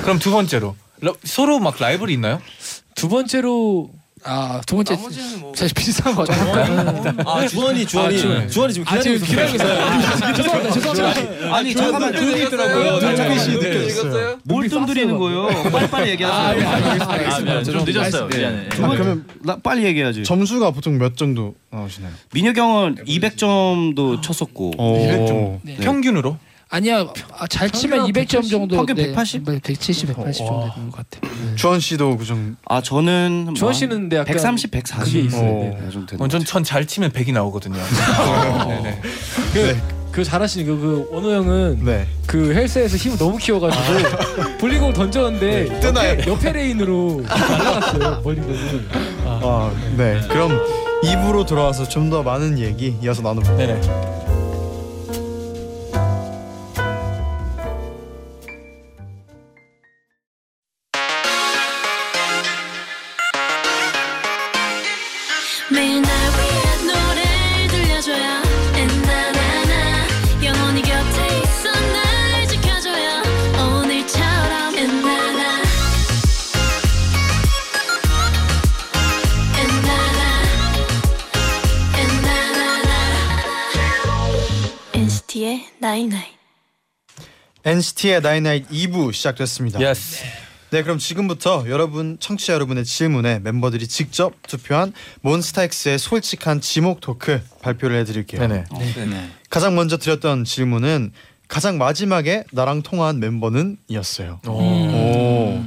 Speaker 2: 그럼 두 번째로 러- 서로 막 라이벌이 있나요?
Speaker 7: 두 번째로
Speaker 10: 아 두 번째 사실 비슷한 거 같아요.
Speaker 9: 아 주원이 주원이
Speaker 2: 주원이.
Speaker 9: 주원이 지금
Speaker 10: 아
Speaker 9: 기다리고
Speaker 10: 지금
Speaker 9: 있어요.
Speaker 10: 기다리고
Speaker 7: 아,
Speaker 10: 있어요. 죄송합니다. 죄송합니다.
Speaker 6: 아니 잠깐만
Speaker 2: 눈이 있더라고요. 네.
Speaker 11: 네. 읽었어요?
Speaker 6: 뭘 뜸들이는 거예요? 빨리빨리
Speaker 7: 예.
Speaker 6: 얘기하세요.
Speaker 12: 예,
Speaker 5: 아, 미안. 좀 늦었어요. 미안해.
Speaker 4: 아, 그러면
Speaker 6: 나 빨리 얘기해야지.
Speaker 4: 점수가 보통 몇 정도 나오시나요?
Speaker 6: 민혁이 형은 200점도 쳤었고
Speaker 4: 어.
Speaker 7: 어.
Speaker 12: 아, 예.
Speaker 4: 오.
Speaker 10: 네.
Speaker 2: 평균으로?
Speaker 10: 아니야 아, 잘 치면 200점 정도.
Speaker 6: 평균
Speaker 10: 네,
Speaker 6: 180?
Speaker 10: 170, 180 정도 되는 것 같아요.
Speaker 4: 주원 씨도 그 정도.
Speaker 6: 아 저는 뭐
Speaker 7: 주원 씨는 근데 약간
Speaker 6: 130, 140
Speaker 7: 그게 있어요.
Speaker 4: 어.
Speaker 6: 네, 좀 되는
Speaker 2: 완전 천 잘 치면 100이 나오거든요. 네네.
Speaker 7: 그 잘하시는 그, 그 원호 형은
Speaker 4: 네.
Speaker 7: 그 헬스에서 힘을 너무
Speaker 12: 아.
Speaker 7: 키워가지고 볼링공 던졌는데
Speaker 12: 네.
Speaker 7: 옆에, 옆에 레인으로 날아갔어요 볼링공이
Speaker 4: 아, 네. 그럼 2부로 돌아와서 좀 더 많은 얘기 이어서 나눠볼게요.
Speaker 2: 네네.
Speaker 1: 매일 날 위한 노래를 들려줘요 엔나나나 영원히 곁에 있어 날 지켜줘요 오늘처럼 엔나나 엔나나 엔나나나 NCT의 나이나이
Speaker 4: NCT의 나인나잇 2부 시작됐습니다.
Speaker 2: 예스.
Speaker 4: 네, 그럼 지금부터 여러분 청취자 여러분의 질문에 멤버들이 직접 투표한 몬스타엑스의 솔직한 지목 토크 발표를 해드릴게요.
Speaker 2: 네네.
Speaker 5: 네.
Speaker 4: 가장 먼저 드렸던 질문은 가장 마지막에 나랑 통화한 멤버는 이었어요. 오.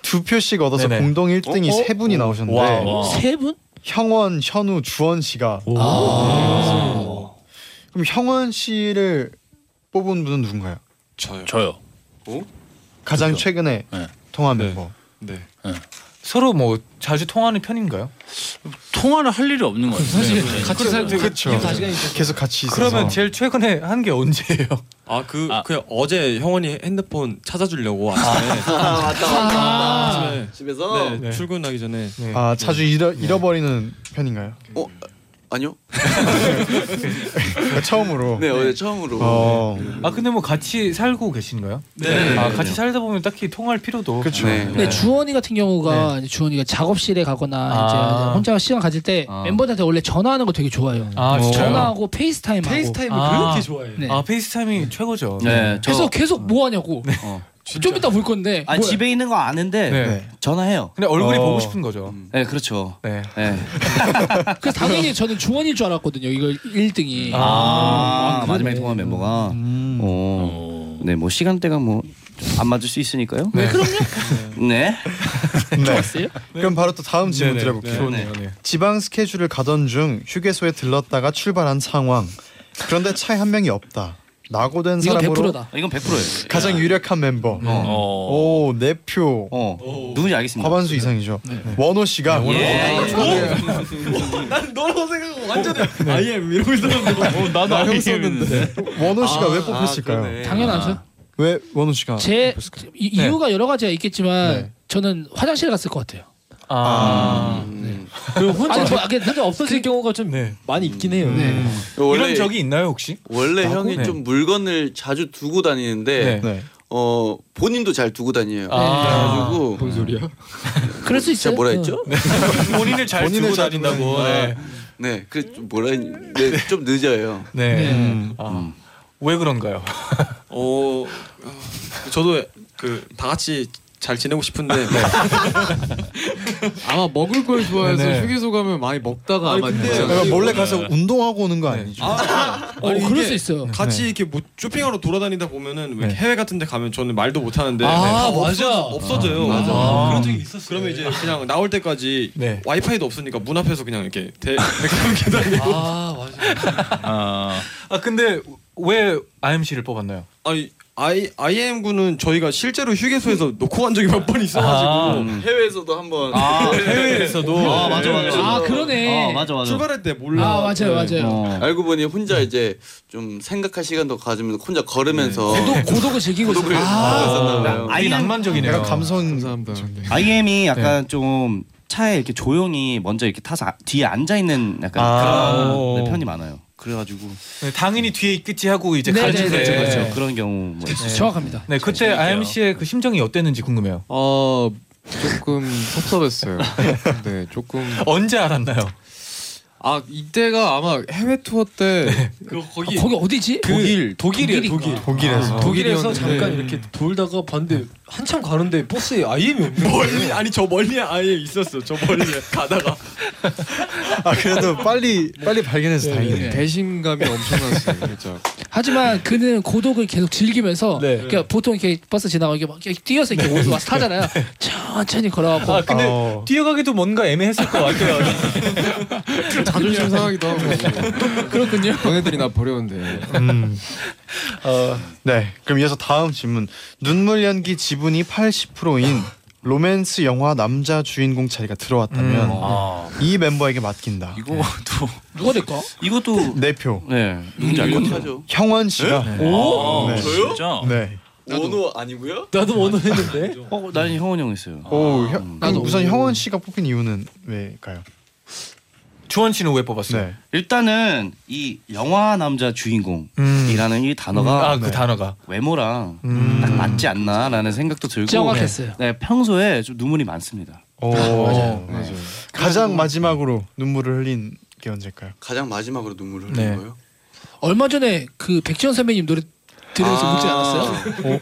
Speaker 4: 두 표씩 얻어서
Speaker 2: 네네.
Speaker 4: 공동 1등이
Speaker 2: 어?
Speaker 4: 세 분이 나오셨는데
Speaker 2: 와우.
Speaker 5: 어.
Speaker 10: 세 분?
Speaker 4: 형원, 현우, 주원 씨가 오. 그럼 형원 씨를 뽑은 분은 누군가요?
Speaker 11: 저요.
Speaker 5: 저요.
Speaker 4: 가장 최근에
Speaker 5: 네.
Speaker 4: 통화한
Speaker 2: 네.
Speaker 4: 멤버.
Speaker 11: 네.
Speaker 2: 서로 뭐 자주 통하는 편인가요?
Speaker 5: 통화를 할 일이 없는 것 같아요. 네.
Speaker 2: 같이 살때 그렇죠.
Speaker 4: 계속 같이 있어서.
Speaker 2: 그러면 제일 최근에 한 게 언제예요?
Speaker 9: 아 그
Speaker 5: 아.
Speaker 9: 그냥 어제 형원이 핸드폰 찾아주려고 아침에
Speaker 11: 아 맞다 맞다. 맞다.
Speaker 9: 아침에
Speaker 11: 집에서
Speaker 9: 네, 출근하기 전에
Speaker 4: 아 자주 잃어, 잃어버리는 편인가요?
Speaker 11: 어, 아니요.
Speaker 4: 그러니까 처음으로.
Speaker 11: 네, 어제 처음으로.
Speaker 4: 어.
Speaker 2: 아 근데 뭐 같이 살고 계신가요?
Speaker 11: 네.
Speaker 2: 아 같이 살다 보면 딱히 통할 필요도.
Speaker 4: 그렇죠.
Speaker 2: 네.
Speaker 12: 근데 주원이 같은
Speaker 7: 네.
Speaker 12: 경우가 이제 주원이가 작업실에 가거나
Speaker 2: 아.
Speaker 12: 이제 혼자 시간 가질 때
Speaker 2: 아.
Speaker 12: 멤버들한테 원래 전화하는 거 되게 좋아해요.
Speaker 2: 아, 진짜요?
Speaker 12: 전화하고 페이스타임하고.
Speaker 2: 페이스타임을 그렇게 좋아해요?
Speaker 12: 네.
Speaker 2: 아 페이스타임이 최고죠.
Speaker 6: 네, 저-
Speaker 12: 그래서 계속 뭐 하냐고.
Speaker 6: 어.
Speaker 12: 좀 이따 볼 건데.
Speaker 6: 아
Speaker 12: 뭐야.
Speaker 6: 집에 있는 거 아는데
Speaker 2: 네.
Speaker 6: 전화해요.
Speaker 2: 근데 얼굴이 보고 싶은 거죠.
Speaker 6: 네, 그렇죠.
Speaker 2: 네.
Speaker 12: 그래서 당연히 저는 주원일 줄 알았거든요. 이거 1등이.
Speaker 6: 아, 마지막에 통화한 멤버가 어. 네, 뭐 시간대가 뭐 안 맞을 수 있으니까요. 네, 그럼요. 네.
Speaker 4: 네. 그럼 바로 또 다음 질문
Speaker 6: 네네.
Speaker 4: 드려볼게요.
Speaker 6: 네. 좋네요, 네.
Speaker 4: 지방 스케줄을 가던 중 휴게소에 들렀다가 출발한 상황. 그런데 차에 한 명이 없다. 낙오된
Speaker 6: 이건
Speaker 4: 사람으로
Speaker 6: 100%다. 아, 이건 100%예요.
Speaker 4: 가장 유력한 멤버.
Speaker 5: 네. 어.
Speaker 4: 오, 네 표.
Speaker 6: 어. 누군지 알겠습니다.
Speaker 8: 네.
Speaker 4: 과반수 음. 이상이죠. 네. 원호 씨가 아,
Speaker 6: 예.
Speaker 4: 오, 축하드려요.
Speaker 9: 난 너라고 생각하고 완전히 아예 이러고 있었는데.
Speaker 4: 나도
Speaker 9: I am
Speaker 4: 썼는데. 원호 씨가
Speaker 9: 아,
Speaker 4: 왜
Speaker 9: 아,
Speaker 4: 뽑혔을까요?
Speaker 9: 그러네.
Speaker 12: 당연하죠.
Speaker 4: 왜 원호 씨가?
Speaker 12: 제 이- 이유가 여러 가지가 있겠지만 저는 화장실 갔을 것 같아요.
Speaker 2: 아.
Speaker 11: 음. 네.
Speaker 7: 그리고 혼자
Speaker 12: 아니, 네. 뭐, 아,
Speaker 7: 없어질 경우가 좀 많이 있긴 해요.
Speaker 11: 원래-
Speaker 2: 이런 적이 있나요 혹시?
Speaker 11: 원래
Speaker 2: 나고?
Speaker 11: 형이
Speaker 2: 네.
Speaker 11: 좀 물건을 자주 두고 다니는데
Speaker 2: 네.
Speaker 11: 어 본인도 잘 두고 다녀요.
Speaker 2: 아.
Speaker 11: 그래가지고 뭔
Speaker 2: 소리야?
Speaker 12: 그럴 수 있어요.
Speaker 11: 제가 뭐라 했죠?
Speaker 2: 본인을 잘
Speaker 11: 본인을
Speaker 2: 두고
Speaker 11: 잘
Speaker 2: 다닌다고. 네.
Speaker 11: 네, 그좀 뭐라 했- 네, 좀 늦어요.
Speaker 2: 네. 아. 왜 그런가요?
Speaker 9: 어, 저도 그 다 같이 잘 지내고 싶은데
Speaker 8: 뭐. 아마 먹을 걸 좋아해서
Speaker 9: 네네.
Speaker 8: 휴게소 가면 많이 먹다가
Speaker 9: 아니,
Speaker 8: 아마
Speaker 9: 근데
Speaker 8: 늦지 않을까.
Speaker 9: 내가
Speaker 4: 몰래 가서 운동하고 오는 거
Speaker 8: 네.
Speaker 4: 아니죠?
Speaker 9: 어,
Speaker 12: 그럴 수 있어요.
Speaker 9: 같이
Speaker 4: 네.
Speaker 9: 이렇게 뭐 쇼핑하러 돌아다니다 보면은 왜 해외 같은 데 가면 저는 말도 못 하는데 네.
Speaker 12: 아,
Speaker 9: 없어져,
Speaker 12: 맞아.
Speaker 9: 없어져요.
Speaker 12: 아, 맞아.
Speaker 9: 그런 적이 있었어요. 그러면 이제 그냥 나올 때까지 와이파이도 없으니까 문 앞에서 그냥 이렇게 대
Speaker 7: 아
Speaker 2: 아. 아 근데 왜 IMC를 뽑았나요?
Speaker 9: 아니 아이 IM 군은 저희가 실제로 휴게소에서 놓고 간 적이 몇 번 있어가지고
Speaker 2: 아,
Speaker 11: 음. 해외에서도 한번
Speaker 6: 아, 맞아 맞아.
Speaker 12: 아, 그러네.
Speaker 6: 어, 맞아 맞아.
Speaker 9: 출발할 때 몰라.
Speaker 12: 아 맞아요 맞아요.
Speaker 11: 알고 보니 혼자 이제 좀 생각할 시간도 가지면서 혼자 걸으면서
Speaker 12: 고독을 즐기고 있어요.
Speaker 11: 아,
Speaker 6: 아이 낭만적이네요.
Speaker 4: 약간 감성.
Speaker 8: 네.
Speaker 6: IM이 약간 좀 차에 이렇게 조용히 먼저 이렇게 타서 아- 뒤에 앉아 있는 약간
Speaker 2: 아.
Speaker 6: 그런
Speaker 2: 오.
Speaker 6: 네, 편이 많아요. 그래가지고
Speaker 2: 네, 당연히 뒤에 있겠지 하고 이제
Speaker 6: 네,
Speaker 2: 가는데
Speaker 6: 네, 그렇죠, 그렇죠. 그런 경우 뭐 있어요.
Speaker 12: 정확합니다.
Speaker 2: 네, 그때 IMC의 그 심정이 어땠는지 궁금해요.
Speaker 8: 어 조금 섭섭했어요. 네, 조금
Speaker 2: 언제 알았나요?
Speaker 8: 아 이때가 아마 해외 투어 때
Speaker 4: 네.
Speaker 12: 아, 거기 어디지?
Speaker 8: 독일 독일이에요 독일
Speaker 2: 아,
Speaker 9: 어,
Speaker 4: 독일에서.
Speaker 7: 독일에서 잠깐
Speaker 8: 네.
Speaker 7: 이렇게 돌다가 봤는데 한참 가는데 버스에 IM이 없는
Speaker 9: 멀리 아니 저 멀리 아예 있었어. 저 멀리 가다가
Speaker 4: 아 그래도 빨리 빨리 발견해서 다행이네.
Speaker 8: 배신감이 엄청났어요 그렇죠. 진짜.
Speaker 12: 하지만 그는 고독을 계속 즐기면서
Speaker 9: 네.
Speaker 12: 그러니까 보통 이렇게 버스 지나가고 이렇게 막 이렇게 뛰어서 이렇게 오서 와서 타잖아요.
Speaker 9: 네.
Speaker 12: 천천히 걸어가고.
Speaker 2: 아 근데 뛰어가기도 뭔가 애매했을 것 같아요.
Speaker 8: 자존심 상하기도 하고.
Speaker 12: 그렇군요.
Speaker 8: 너네들이 나 버려온대.
Speaker 4: 음. 어, 네. 그럼 이어서 다음 질문. 눈물 연기 지분이 80%인 로맨스 영화 남자 주인공 자리가
Speaker 6: 음.
Speaker 4: 들어왔다면
Speaker 6: 아.
Speaker 4: 이 멤버에게 맡긴다.
Speaker 6: 이것도
Speaker 12: 누가 될까?
Speaker 6: 이것도
Speaker 4: 네 표.
Speaker 6: 네. 누군지 알것 같아요.
Speaker 4: 형원 씨가.
Speaker 6: 네?
Speaker 5: 어,
Speaker 4: 오.
Speaker 6: 아,
Speaker 4: 네.
Speaker 6: 저요?
Speaker 4: 네.
Speaker 11: 원호 아니고요?
Speaker 7: 나도 원호 했는데.
Speaker 6: 어, 나는 형원 형 했어요.
Speaker 4: 오. 형,
Speaker 6: 나도
Speaker 4: 나도 우선
Speaker 6: 오늘-
Speaker 4: 형원 씨가 뽑힌 이유는 왜일까요?
Speaker 2: 주원 씨는 왜 뽑았어요?
Speaker 4: 네.
Speaker 6: 일단은 이 영화 남자 주인공이라는 이 단어가
Speaker 2: 음, 아, 그 단어가.
Speaker 6: 외모랑
Speaker 8: 음.
Speaker 6: 딱 맞지 않나라는 생각도 들고
Speaker 4: 정확했어요.
Speaker 6: 네, 평소에 좀 눈물이 많습니다.
Speaker 4: 오. 맞아요. 가장 마지막으로 눈물을 흘린 게 언제일까요?
Speaker 11: 가장 마지막으로 눈물을 흘린
Speaker 4: 네.
Speaker 11: 거예요.
Speaker 12: 얼마 전에 그 백지현 선배님 노래 들으면서
Speaker 11: 아.
Speaker 12: 묻지 않았어요?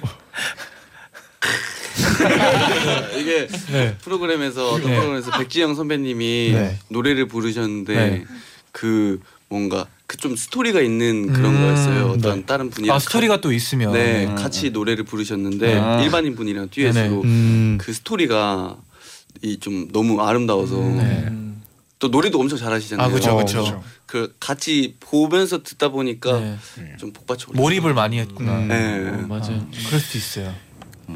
Speaker 11: 이게
Speaker 2: 네.
Speaker 11: 프로그램에서 어떤
Speaker 2: 네.
Speaker 11: 프로그램에서 백지영 선배님이
Speaker 2: 네.
Speaker 11: 노래를 부르셨는데
Speaker 2: 네.
Speaker 11: 그 뭔가 그 좀 스토리가 있는 그런
Speaker 2: 음,
Speaker 11: 거였어요. 어떤
Speaker 2: 네.
Speaker 11: 다른 분이랑
Speaker 2: 아, 스토리가 또 있으면.
Speaker 11: 네
Speaker 2: 음,
Speaker 11: 같이 노래를 부르셨는데
Speaker 2: 아.
Speaker 11: 일반인 분이랑 듀엣으로
Speaker 2: 네네.
Speaker 4: 음.
Speaker 11: 그 스토리가 이 좀 너무 아름다워서 또 노래도 엄청 잘하시잖아요.
Speaker 2: 음. 네. 아,
Speaker 4: 네.
Speaker 2: 그쵸,
Speaker 11: 어,
Speaker 2: 그쵸.
Speaker 11: 그쵸. 그 같이 보면서 듣다 보니까 좀 복받쳐 올랐어요.
Speaker 2: 네. 몰입을 많이 했구나.
Speaker 11: 음. 네.
Speaker 2: 맞아요. 그럴 수도 있어요.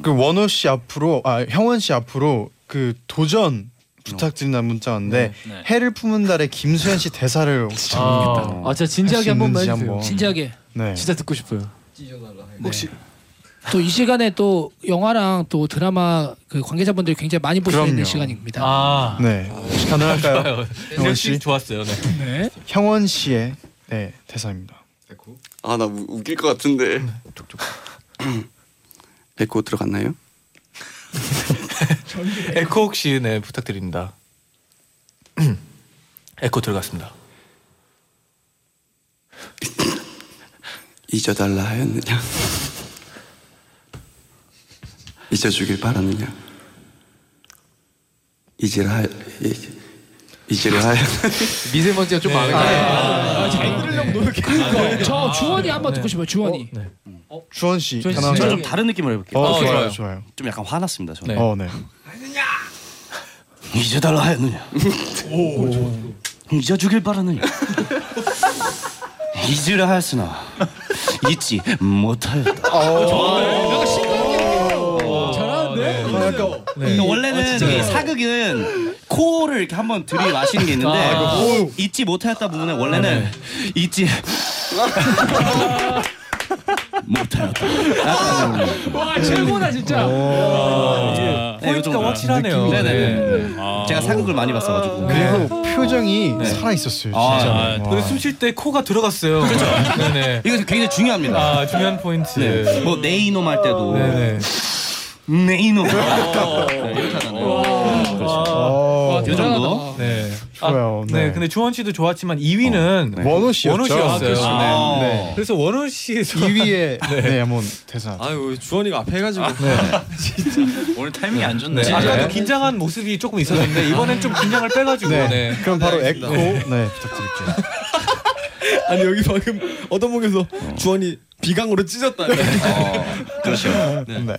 Speaker 4: 그 원호 씨 앞으로 아 형원 씨 앞으로 그 도전 부탁드린다는 문자 왔는데
Speaker 7: 네. 네.
Speaker 4: 해를 품은 달에 김수현 씨 대사를 혹시 모르겠다.
Speaker 7: 아 진짜 진지하게 아, 한 번만
Speaker 4: 할수 있는지
Speaker 7: 해주세요.
Speaker 4: 한번. 네.
Speaker 7: 진짜 듣고 싶어요.
Speaker 9: 혹시
Speaker 12: 또 이 시간에 또 영화랑 또 드라마 그 관계자분들이 굉장히 많이 보시는
Speaker 4: 그럼요.
Speaker 12: 시간입니다.
Speaker 2: 아,
Speaker 4: 네. 가능할까요?
Speaker 2: 네,
Speaker 4: 형원 씨.
Speaker 2: 좋았어요. 네.
Speaker 12: 네.
Speaker 4: 형원 씨의 네, 대사입니다.
Speaker 11: 아 나 웃길 것 같은데.
Speaker 2: 네.
Speaker 11: 에코 들어갔나요?
Speaker 2: 에코 혹시 네 부탁드립니다. 에코 들어갔습니다.
Speaker 11: 잊어달라 하였느냐? 잊어주길 바랐느냐? 잊으라 하 잊- 잊으라 하였.
Speaker 8: 미세먼지가 좀 많은 거예요.
Speaker 12: 잘 들으려고 노력해. 그러니까 저 주원이 한번 듣고 싶어요. 주원이.
Speaker 4: 주원 씨,
Speaker 6: 저는
Speaker 4: 가능한가요?
Speaker 8: 네.
Speaker 6: 좀 다른 느낌으로 해볼게요.
Speaker 4: 어, 좋아요, 좋아요.
Speaker 6: 좀 약간 화났습니다. 저는.
Speaker 4: 네. 어, 네.
Speaker 6: 잊어달라 하였느냐?
Speaker 12: 그렇죠,
Speaker 6: 잊어주길 바라느냐? 잊으라 하였으나 잊지 못하였다.
Speaker 12: 아,
Speaker 9: 네.
Speaker 12: 잘하는데? 네.
Speaker 6: 그러니까
Speaker 9: 아,
Speaker 6: 원래는 이 사극은 코를 이렇게 한번 들이마시는 게 있는데
Speaker 1: 아.
Speaker 6: 오. 잊지 못하였다 부분에 원래는
Speaker 9: 아, 네.
Speaker 6: 잊지 못하였다.
Speaker 12: 와 최고다 진짜.
Speaker 6: 포인트가 확실하네요. 네네.
Speaker 9: 아.
Speaker 6: 제가 사극을 많이 봤어가지고.
Speaker 9: 네.
Speaker 4: 그리고 표정이 살아 있었어요.
Speaker 6: 아,
Speaker 4: 진짜.
Speaker 6: 아,
Speaker 4: 와.
Speaker 2: 근데 숨쉴 때 코가 들어갔어요. 그렇죠. 네네.
Speaker 6: 이거 굉장히 중요합니다.
Speaker 2: 아 중요한 포인트.
Speaker 6: 네. 뭐 네이놈 할 때도
Speaker 2: 네네.
Speaker 6: 네이놈. 네, 이렇게 하잖아요.
Speaker 2: 와,
Speaker 6: 이 정도.
Speaker 2: 네.
Speaker 4: 어, 좋아요.
Speaker 2: 네. 근데 주원 씨도 좋았지만 2위는
Speaker 4: 원호 씨였죠.
Speaker 2: 였어요
Speaker 4: 어, 네. 아,
Speaker 2: 네.
Speaker 4: 네.
Speaker 2: 그래서 원호 씨
Speaker 4: 2위에 네. 한번 대사.
Speaker 9: 아유 주원이가 앞에 해가지고
Speaker 5: 오늘 타이밍이 안 좋네.
Speaker 2: 네. 아까도 긴장한 모습이 조금 있었는데 이번엔 좀 긴장을 빼가지고
Speaker 4: 네.
Speaker 2: 네.
Speaker 4: 그럼 바로
Speaker 9: 네,
Speaker 4: 에코.
Speaker 9: 알겠습니다.
Speaker 4: 네, 부탁드릴게요.
Speaker 9: 아니 여기 방금 어떤 목에서 주원이 비강으로 찢었다.
Speaker 4: 그렇죠.
Speaker 9: 네.
Speaker 4: 네.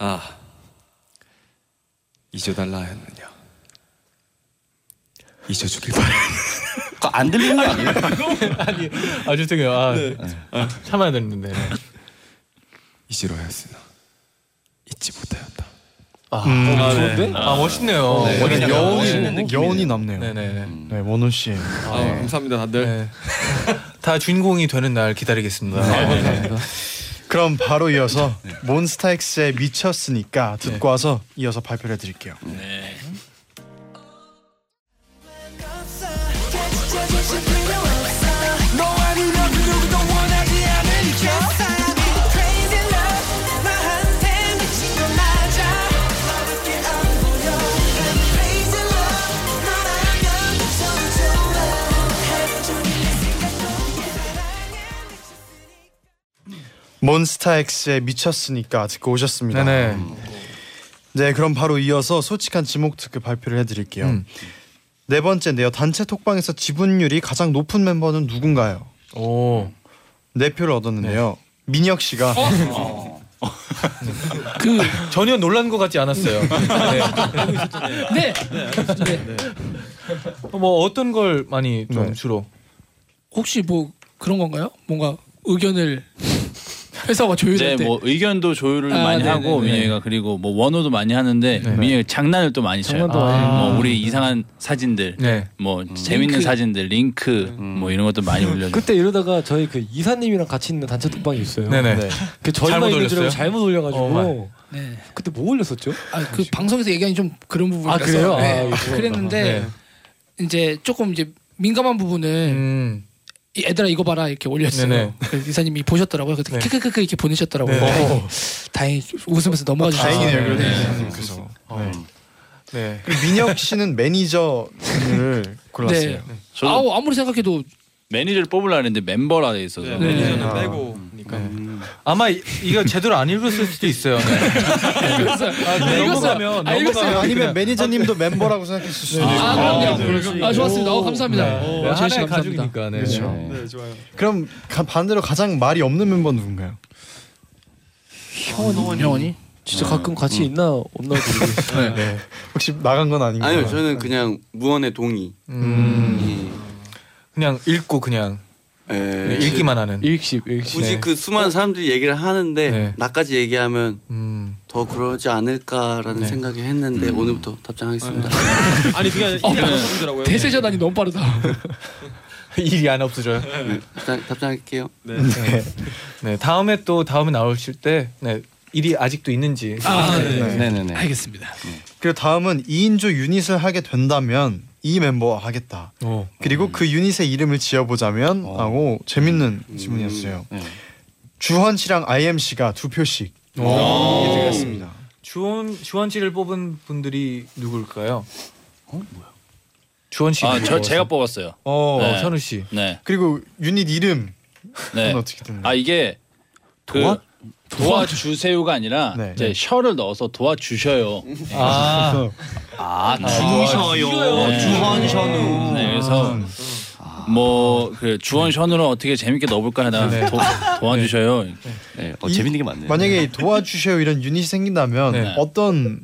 Speaker 9: 아 잊어달라 했느냐? 잊어주길 바라.
Speaker 6: 그거 안 들리는 거 아니에요?
Speaker 2: 아니 아 죄송해요. 아,
Speaker 9: 네.
Speaker 2: 아, 참아야 되는데.
Speaker 9: 잊으려 했으나 잊지 못하였다.
Speaker 2: 아,
Speaker 4: 음.
Speaker 2: 어,
Speaker 4: 아, 네.
Speaker 2: 좋은데? 아 멋있네요.
Speaker 4: 네.
Speaker 2: 원호
Speaker 4: 약간
Speaker 2: 씨.
Speaker 4: 여운이 여운이 남네요.
Speaker 2: 네네네.
Speaker 4: 네, 원호 씨.
Speaker 9: 아, 감사합니다 다들.
Speaker 2: 네. 다 주인공이 되는 날 기다리겠습니다. 네.
Speaker 4: 그럼 바로 이어서 몬스타엑스의 미쳤으니까 듣고 와서 이어서 발표해 드릴게요. 몬스타엑스의 미쳤으니까 듣고 오셨습니다.
Speaker 2: 네네. 음.
Speaker 4: 네, 그럼 바로 이어서 솔직한 지목 투표 발표를 해드릴게요.
Speaker 2: 음.
Speaker 4: 네 번째인데요. 단체 톡방에서 지분율이 가장 높은 멤버는 누군가요?
Speaker 2: 오,
Speaker 4: 네 표를 얻었는데요. 민혁 씨가
Speaker 12: 어?
Speaker 4: 아,
Speaker 12: 그
Speaker 2: 전혀 놀란 것 같지 않았어요. 네.
Speaker 12: 네.
Speaker 2: 뭐 어떤 걸 많이 좀 주로
Speaker 12: 혹시 뭐 그런 건가요? 뭔가 의견을 회사가 조율할 때.
Speaker 5: 네, 뭐 의견도 조율을
Speaker 12: 아,
Speaker 5: 많이
Speaker 12: 네네네.
Speaker 5: 하고 민혁이가 그리고 뭐 원호도 많이 하는데 민혁이 장난을 또 많이 쳐요.
Speaker 12: 장난도 많이
Speaker 5: 뭐
Speaker 12: 해요.
Speaker 5: 우리 이상한 사진들,
Speaker 2: 네.
Speaker 5: 뭐 재밌는
Speaker 7: 링크.
Speaker 5: 사진들, 링크 뭐 이런 것도 많이 올려.
Speaker 7: 그때 이러다가 저희 그 이사님이랑 같이 있는 단체 톡방이 있어요.
Speaker 2: 네네.
Speaker 7: 그 저희만
Speaker 2: 잘못
Speaker 7: 있는 줄 알고
Speaker 2: 올렸어요?
Speaker 7: 잘못 올려가지고
Speaker 2: 어,
Speaker 12: 네.
Speaker 7: 그때 뭐 올렸었죠?
Speaker 12: 아, 그 방송에서 얘기하니 좀 그런 부분이
Speaker 7: 아,
Speaker 12: 있어서.
Speaker 7: 그래요? 아,
Speaker 12: 네.
Speaker 7: 죄송합니다.
Speaker 12: 그랬는데 이제 조금 이제 민감한 부분을
Speaker 2: 음.
Speaker 12: 이 애들아 이거 봐라 이렇게 올렸어요.
Speaker 2: 네네.
Speaker 12: 그 이사님이 보셨더라고요. 그때
Speaker 2: 네.
Speaker 12: 크크크크 이렇게 보내셨더라고요.
Speaker 2: 네.
Speaker 12: 다행히 웃으면서 넘어가 주셨어요.
Speaker 4: 아, 다행이네요. 그래도
Speaker 12: 네.
Speaker 4: 이사님께서. 네.
Speaker 2: 네.
Speaker 4: 그리고 민혁 씨는 매니저를 골랐어요.
Speaker 12: 네. 아우 아무리 생각해도
Speaker 5: 매니저를 뽑으려 했는데 멤버라 돼 있어서.
Speaker 12: 네. 매니저는
Speaker 4: 아.
Speaker 9: 빼고.
Speaker 2: 네. 아마 이, 이거 제대로 안 읽었을 수도 있어요. 네. 아,
Speaker 12: 아,
Speaker 2: 넘어가면
Speaker 12: 아, 읽었어요.
Speaker 2: 넘어가면
Speaker 4: 네, 아니면
Speaker 2: 그냥
Speaker 4: 매니저님도 멤버라고 생각했을 수도 있고.
Speaker 12: 아, 그럼요. 아, 좋았습니다. 어, 감사합니다.
Speaker 2: 네.
Speaker 12: 어, 지현 씨
Speaker 2: 하나의
Speaker 12: 감사합니다.
Speaker 2: 가족이니까. 네.
Speaker 4: 그렇죠.
Speaker 9: 네 좋아요.
Speaker 4: 그럼 가- 반대로 가장 말이 없는 멤버는 누군가요?
Speaker 12: 형원이 형원이
Speaker 7: 진짜 가끔 같이 있나 없나 모르겠어요.
Speaker 4: 네. 혹시 나간 건 아닌가요?
Speaker 11: 아니요 저는 그냥 무언의 동의. 음.
Speaker 2: 그냥 읽고 그냥 네.
Speaker 11: 에,
Speaker 2: 읽기만 하는.
Speaker 7: 일익십 일익십.
Speaker 11: 굳이
Speaker 2: 네.
Speaker 11: 그
Speaker 9: 어?
Speaker 11: 수많은 사람들이 얘기를 하는데
Speaker 2: 네.
Speaker 11: 나까지 얘기하면
Speaker 2: 음.
Speaker 11: 더 그러지
Speaker 9: 네.
Speaker 11: 않을까라는 생각이 했는데
Speaker 9: 음. 아,
Speaker 11: 오늘부터 답장하겠습니다.
Speaker 9: 아니 그게 아니라 이게 안 좋더라고요.
Speaker 12: 대세 전환이 너무 빠르다.
Speaker 2: 일이 안 없어져요.
Speaker 11: 답장, 답장할게요.
Speaker 2: 네. 네. 다음에 또 다음에 나오실 때 네, 일이 아직도 있는지.
Speaker 12: 네.
Speaker 9: 네,
Speaker 4: 알겠습니다. 그리고 다음은 2인조 유닛을 하게 된다면 이 멤버와 하겠다.
Speaker 2: 어.
Speaker 4: 그리고
Speaker 5: 음.
Speaker 4: 그 유닛의 이름을 지어보자면 하고 재밌는
Speaker 5: 음.
Speaker 4: 질문이었어요. 주헌 씨랑 IM 씨가 두 표씩 이득했습니다.
Speaker 2: 주원 주원 씨를 뽑은 분들이 누굴까요?
Speaker 4: 어,
Speaker 2: 주원 씨.
Speaker 5: 아, 저
Speaker 2: 뽑아서.
Speaker 5: 제가 뽑았어요.
Speaker 2: 어,
Speaker 5: 네.
Speaker 2: 선우 씨.
Speaker 5: 네.
Speaker 4: 그리고 유닛 이름
Speaker 5: 네.
Speaker 4: 어떻게 됐나요?
Speaker 5: 아 이게 도와 도와 주세요가 아니라
Speaker 4: 네.
Speaker 5: 이제 셔를 넣어서 도와 주셔요.
Speaker 1: 아.
Speaker 5: 아,
Speaker 1: 주셔요. 주헌, 션우.
Speaker 5: 네, 그래서 뭐그 주원 션으로 어떻게 재밌게 넣어볼까 하다
Speaker 4: 네.
Speaker 5: 도, 도와주셔요. 네,
Speaker 9: 어,
Speaker 4: 이- 만약에 도와주셔요 이런 유닛이 생긴다면
Speaker 5: 네.
Speaker 4: 어떤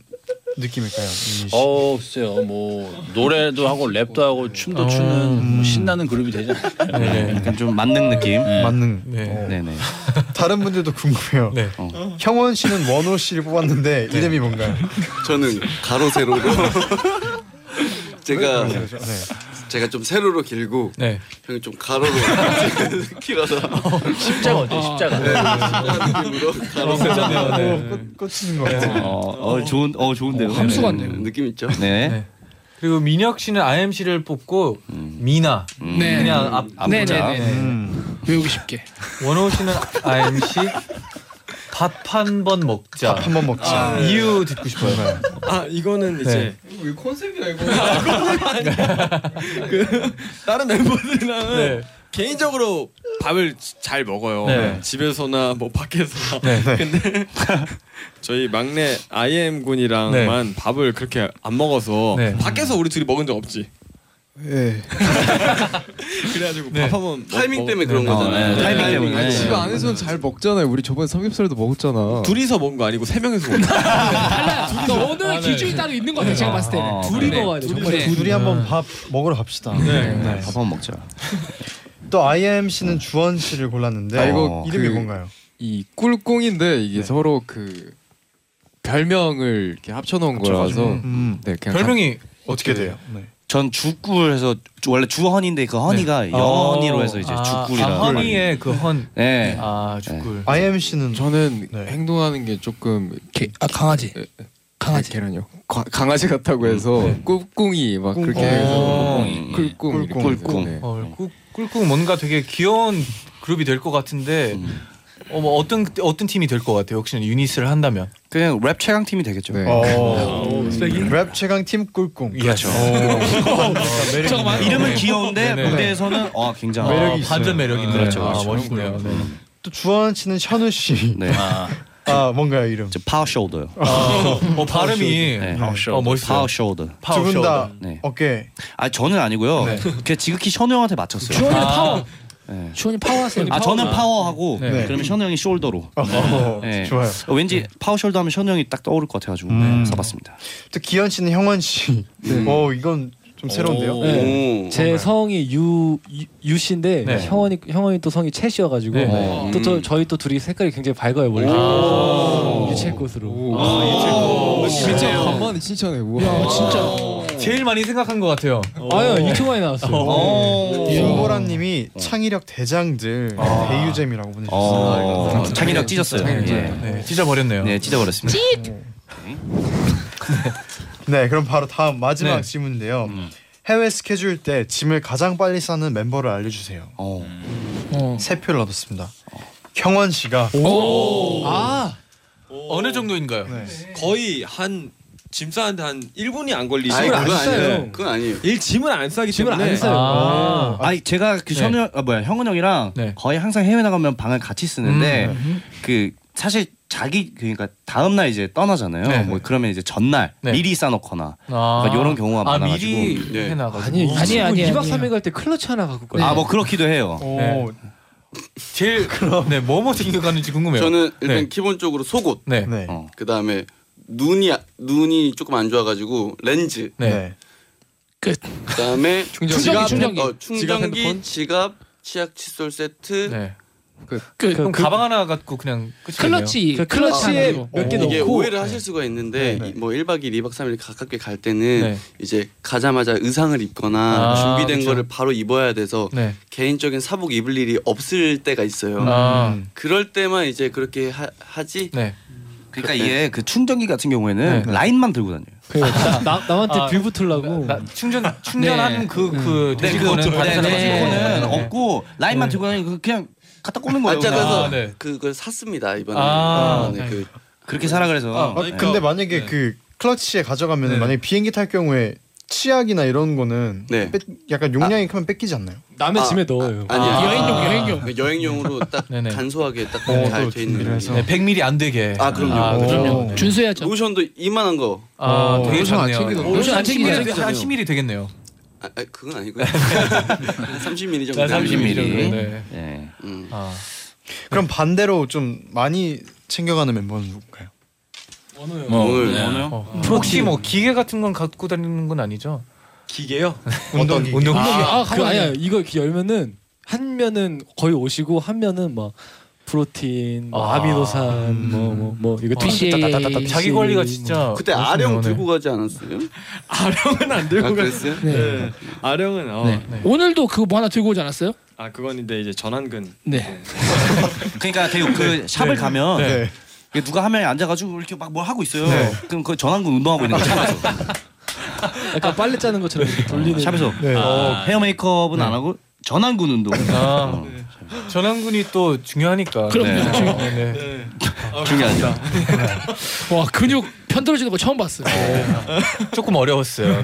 Speaker 4: 느낌일까요? 유닛이?
Speaker 5: 어, 글쎄요. 뭐 노래도 하고 랩도 하고 춤도 추는 뭐 신나는 그룹이 네, 되지 않을까요?
Speaker 6: 약간 좀 만능 느낌.
Speaker 4: 만능.
Speaker 6: 네. 네네.
Speaker 4: 다른 분들도 궁금해요.
Speaker 5: 네.
Speaker 2: 네.
Speaker 4: 형원 씨는 원호 씨를 뽑았는데 이름이 뭔가요?
Speaker 11: 저는
Speaker 9: 네.
Speaker 11: 가로 세로로 제가
Speaker 4: 네.
Speaker 11: 제가 좀 세로로 길고
Speaker 2: 네.
Speaker 11: 형이 좀 가로로 길어서
Speaker 5: 십자가 어때요? 십자가.
Speaker 11: 네, 십자가 느낌으로
Speaker 4: 어,
Speaker 11: 가로 세로
Speaker 2: 네.
Speaker 4: 꽂히는
Speaker 11: 거 같아요.
Speaker 6: 어, 어, 좋은, 어, 좋은데요.
Speaker 2: 감수같네요.
Speaker 11: 느낌
Speaker 9: 뭐,
Speaker 11: 있죠.
Speaker 6: 네.
Speaker 2: 그리고 민혁 씨는 IMC를 뽑고 미나
Speaker 7: 음.
Speaker 12: 네.
Speaker 2: 음. 그냥 앞
Speaker 12: 네, 네, 네, 네. 외우기 쉽게.
Speaker 2: 원호 씨는 IMC 밥 한 번 먹자.
Speaker 4: 밥 한 번 먹자.
Speaker 2: 아, 이유 듣고 싶어요. 네.
Speaker 9: 아 이거는
Speaker 6: 네.
Speaker 9: 이제
Speaker 8: 이거 왜 컨셉이야 이거.
Speaker 9: 그 다른 멤버들이랑은
Speaker 8: 네.
Speaker 9: 개인적으로 밥을 지- 잘 먹어요.
Speaker 8: 네.
Speaker 9: 집에서나 뭐 밖에서.
Speaker 2: 네.
Speaker 9: 근데 저희 막내 IM 군이랑만 밥을 그렇게 안 먹어서
Speaker 4: 네.
Speaker 9: 밖에서 우리 둘이 먹은 적 없지.
Speaker 4: 예.
Speaker 9: 그래가지고
Speaker 8: 네.
Speaker 9: 밥 한번
Speaker 11: 타이밍 때문에 그런 거잖아요.
Speaker 8: 네,
Speaker 11: 타이밍
Speaker 8: 아니,
Speaker 11: 때문에.
Speaker 8: 집 안에서는 잘 먹잖아요. 우리 저번에 삼겹살도 먹었잖아.
Speaker 4: 네.
Speaker 9: 둘이서 먹은 거 아니고 세 명이서 먹은 거.
Speaker 12: 달라. 너는
Speaker 8: 아, 네.
Speaker 12: 기준이 따로 있는 것 같아. 제가 봤을 때는.
Speaker 4: 아,
Speaker 12: 둘이
Speaker 4: 네.
Speaker 12: 먹어야 돼.
Speaker 4: 둘이,
Speaker 12: 정말.
Speaker 4: 둘이 한번 밥 먹으러 갑시다.
Speaker 6: 네. 밥 한번 먹자.
Speaker 4: 또 IM 씨는 주원 씨를 골랐는데 어,
Speaker 8: 아, 이거
Speaker 4: 이름이
Speaker 8: 그-
Speaker 4: 뭔가요?
Speaker 8: 이 꿀꿍인데 이게
Speaker 9: 네.
Speaker 8: 서로 그 별명을 이렇게 합쳐놓은
Speaker 4: 합쳐가지고.
Speaker 8: 거라서
Speaker 4: 음.
Speaker 8: 네, 그냥
Speaker 2: 별명이
Speaker 4: 어떻게 돼요? 네.
Speaker 6: 전 주꿀해서 주- 원래 주헌인데 그 헌이가 영언이로 해서 이제
Speaker 2: 네. 아,
Speaker 6: 주꿀이라.
Speaker 2: 아, 허니의 그 헌.
Speaker 6: 네.
Speaker 2: 아 주꿀.
Speaker 4: IM 씨는
Speaker 8: 저는 행동하는 게 조금
Speaker 12: 아 강아지.
Speaker 8: 강아지 걔는요. 과- 강아지 같다고 해서
Speaker 6: 음. 네.
Speaker 8: 꿀꿍이 막 그렇게
Speaker 6: 어.
Speaker 8: 해서 꿀꿍 꿀꿍 네.
Speaker 2: 어, 꿀- 꿀꿀 뭔가 되게 귀여운 그룹이 될 것 같은데
Speaker 6: 음.
Speaker 2: 어, 뭐 어떤 어떤 팀이 될 것 같아요? 혹시 유닛을 한다면?
Speaker 6: 그냥 랩 최강 팀이 되겠죠.
Speaker 8: 네.
Speaker 4: 어. 랩 최강 팀 꿀꿍.
Speaker 2: 예,
Speaker 4: 어,
Speaker 6: 그렇죠. 잠깐만
Speaker 2: 네.
Speaker 6: 이름은 귀여운데 무대에서는 어 굉장히
Speaker 4: 매력이 있어요.
Speaker 2: 아, 반전 매력이 있네요.
Speaker 6: 그렇죠,
Speaker 2: 아,
Speaker 6: 그렇죠.
Speaker 2: 멋있네요. 네.
Speaker 4: 또 주원 씨는 션우 씨.
Speaker 6: 네.
Speaker 4: 아, 뭔가요 이름?
Speaker 6: 파워 숄더요.
Speaker 2: 아, 어, 발음이
Speaker 6: 네. 파워
Speaker 2: 어,
Speaker 6: 숄더.
Speaker 2: 멋있어요.
Speaker 6: 파워 숄더.
Speaker 2: 파워
Speaker 6: 두분 다
Speaker 2: 숄더.
Speaker 6: 네.
Speaker 4: 어깨.
Speaker 6: 아 저는 아니고요. 그냥 지극히 션우 형한테 맞췄어요.
Speaker 12: 주원이는
Speaker 6: 아.
Speaker 12: 파워.
Speaker 6: 네.
Speaker 12: 주원이 파워하세요.
Speaker 6: 아 저는 파워하고
Speaker 12: 네.
Speaker 6: 그러면 션우 형이 숄더로.
Speaker 4: 어, 좋아요.
Speaker 6: 어, 왠지 파워 숄더 하면 션우 형이 딱 떠오를 것 같아가지고
Speaker 4: 음.
Speaker 6: 써봤습니다.
Speaker 4: 또 기현 씨는 형원 씨. 어 이건 좀 새로운데요.
Speaker 7: 네. 제 성이 유, 유, 유 씨인데
Speaker 4: 네.
Speaker 7: 형원이 형원이 또 성이 채 씨여가지고
Speaker 4: 네. 네.
Speaker 7: 또 저, 저희 또 둘이 색깔이 굉장히 밝아요 원래 유채꽃으로
Speaker 8: 진짜 간만에 칭찬해. 우와.
Speaker 2: 어. 제일 많이 생각한 것 같아요.
Speaker 7: 아유 유튜브 많이 나왔어요.
Speaker 4: 윤보라님이 창의력 대장들 대유잼이라고
Speaker 6: 어,
Speaker 4: 보내주셨어요.
Speaker 6: 창의력 찢었어요.
Speaker 4: 창의력
Speaker 6: 예.
Speaker 4: 찢었어요. 네.
Speaker 2: 찢어버렸네요.
Speaker 6: 네, 찢어버렸습니다.
Speaker 4: 네, 그럼 바로 다음 마지막
Speaker 6: 네.
Speaker 4: 질문인데요. 해외 스케줄 때 짐을 가장 빨리 싸는 멤버를 알려주세요.
Speaker 6: 어.
Speaker 4: 세 표를 얻었습니다. 경원 씨가
Speaker 9: 아
Speaker 2: 어느 정도인가요?
Speaker 9: 거의 한 짐 싸는데 한 1분이 안 걸리죠.
Speaker 11: 아니, 그건 아니에요.
Speaker 9: 네.
Speaker 11: 그건 아니에요.
Speaker 9: 일 짐을 안 싸기
Speaker 7: 네.
Speaker 2: 네.
Speaker 9: 때문에
Speaker 6: 아, 아니 제가 그 션우 형, 아, 뭐야 형은 형이랑 거의 항상 해외 나가면 방을 같이 쓰는데 그 사실 자기 그러니까 다음 날 이제 떠나잖아요.
Speaker 2: 네.
Speaker 6: 뭐 그러면 이제 전날
Speaker 2: 네.
Speaker 6: 미리 싸놓거나 그러니까 이런 경우가
Speaker 2: 아,
Speaker 6: 많아가지고
Speaker 2: 미리 해놔가지고
Speaker 7: 아니 아니 아니 2박
Speaker 6: 아니.
Speaker 7: 3일 갈 때 클러치 하나 갖고 가요.
Speaker 6: 아뭐 그렇기도 해요.
Speaker 2: 네. 제일 네, 뭐뭐 생각하는지 궁금해요.
Speaker 11: 저는 일단
Speaker 2: 네.
Speaker 11: 기본적으로 속옷.
Speaker 2: 네.
Speaker 11: 그 다음에 눈이 눈이 조금 안 좋아가지고 렌즈.
Speaker 2: 네.
Speaker 12: 끝.
Speaker 11: 그다음에
Speaker 12: 충전기, 충전기, 충전기.
Speaker 2: 네.
Speaker 11: 어, 충전기, 지갑, 치약 칫솔 세트.
Speaker 7: 그,
Speaker 2: 그, 그럼 가방 하나 갖고 그냥 끝이
Speaker 11: 그 이게 오해를 하실 수가 있는데 이- 뭐 1박 2일, 2박 3일 가깝게 갈 때는
Speaker 2: 네.
Speaker 11: 이제 가자마자 의상을 입거나 뭐
Speaker 2: 아,
Speaker 11: 준비된
Speaker 2: 그쵸.
Speaker 11: 거를 바로 입어야 돼서
Speaker 2: 네.
Speaker 11: 개인적인 사복 입을 일이 없을 때가 있어요.
Speaker 2: 아. 네.
Speaker 11: 그럴 때만 이제 그렇게 하, 지
Speaker 6: 그러니까 이게 그 충전기 같은 경우에는 라인만 들고 다녀요.
Speaker 7: 그 나, 남한테
Speaker 6: 아,
Speaker 7: 빌 붙으려고
Speaker 2: 충전
Speaker 6: 네.
Speaker 2: 충전하는 그그
Speaker 6: 네,
Speaker 2: 돼지고는
Speaker 6: 그거
Speaker 2: 반사는
Speaker 6: 네, 네.
Speaker 2: 거는
Speaker 6: 그거는 없고 라인만 들고 다니고 그냥 갖다 꽂는 뭐 거예요.
Speaker 11: 아짜 네.
Speaker 6: 그냥.
Speaker 11: 그래서 그걸 샀습니다 이번에.
Speaker 6: 아,
Speaker 11: 이번에 그
Speaker 6: 그렇게 살아 그래서. 네.
Speaker 4: 아,
Speaker 2: 그러니까
Speaker 4: 근데 만약에
Speaker 2: 네.
Speaker 4: 그 클러치에 가져가면 은 만약에 비행기 탈 경우에 치약이나 이런 거는
Speaker 2: 네.
Speaker 11: 네.
Speaker 4: 뺏- 약간
Speaker 2: 아.
Speaker 4: 용량이 크면 뺏기지 않나요?
Speaker 11: 남의 아,
Speaker 2: 짐에
Speaker 7: 넣어요.
Speaker 11: 아니요.
Speaker 2: 여행용, 여행용.
Speaker 11: 네, 여행용으로 딱 간소하게 딱
Speaker 2: 어,
Speaker 11: 잘
Speaker 2: 또
Speaker 11: 돼 있는
Speaker 2: 준비를
Speaker 11: 용이에요.
Speaker 2: 해서. 네, 100ml 안 되게.
Speaker 11: 아 그럼요.
Speaker 2: 아, 그럼요.
Speaker 7: 어.
Speaker 2: 네.
Speaker 11: 준수해야죠. 로션도 이만한 거.
Speaker 2: 아, 되게 좋네요.
Speaker 11: 로션 안 챙기면
Speaker 2: 한 10ml 되겠네요.
Speaker 11: 아, 아, 그건 아니고요. 30ml 정도.
Speaker 2: 아, 30ml.
Speaker 11: 네.
Speaker 6: 네.
Speaker 11: 음.
Speaker 2: 아,
Speaker 4: 그럼
Speaker 2: 네.
Speaker 4: 반대로 좀 많이 챙겨가는 멤버는 누굴까요?
Speaker 2: 뭐,
Speaker 4: 오늘.
Speaker 2: 네.
Speaker 4: 오늘요?
Speaker 2: 어.
Speaker 4: 음.
Speaker 2: 혹시 뭐 기계 같은 건 갖고 다니는 건 아니죠?
Speaker 9: 기계요?
Speaker 2: 운동 기계.
Speaker 7: 운동
Speaker 2: 운동
Speaker 7: 아,
Speaker 2: 기계.
Speaker 7: 아, 가만 아니야. 이거 이렇게 열면은 한 면은 거의 오시고 한 면은 막 프로틴, 뭐
Speaker 2: 아.
Speaker 7: 아미노산, 뭐 뭐 뭐 이거
Speaker 2: BCAA.
Speaker 7: 따따따따따
Speaker 2: 자기 관리가 진짜
Speaker 11: 그때 아령 들고 가지 않았어요?
Speaker 12: 네.
Speaker 9: 아령은 안 들고
Speaker 11: 아,
Speaker 9: 갔-
Speaker 11: 그랬어요?
Speaker 9: 네.
Speaker 11: 네.
Speaker 9: 아령은 어.
Speaker 12: 오늘도 그거 뭐 하나 들고 오지 않았어요?
Speaker 9: 아 그건 근데 이제 전환근.
Speaker 12: 네.
Speaker 6: 그러니까 되게 그 샵을
Speaker 9: 네.
Speaker 6: 가면
Speaker 9: 네.
Speaker 6: 이게 누가 한 명이 앉아가지고 이렇게 막 뭘 하고 있어요.
Speaker 9: 네.
Speaker 6: 그럼 그 전환근 운동하고 있는 거죠.
Speaker 7: 약간 빨래 짜는 것처럼 이렇게 돌리는
Speaker 6: 네. 샵에서 어, 헤어 메이크업은 안 하고 전환근 운동.
Speaker 2: 아, 전환군이 또 중요하니까.
Speaker 12: 그럼요.
Speaker 2: 어, 네.
Speaker 6: 중요하죠.
Speaker 12: 와 근육 편들어지는 거 처음 봤어요.
Speaker 2: 조금 어려웠어요.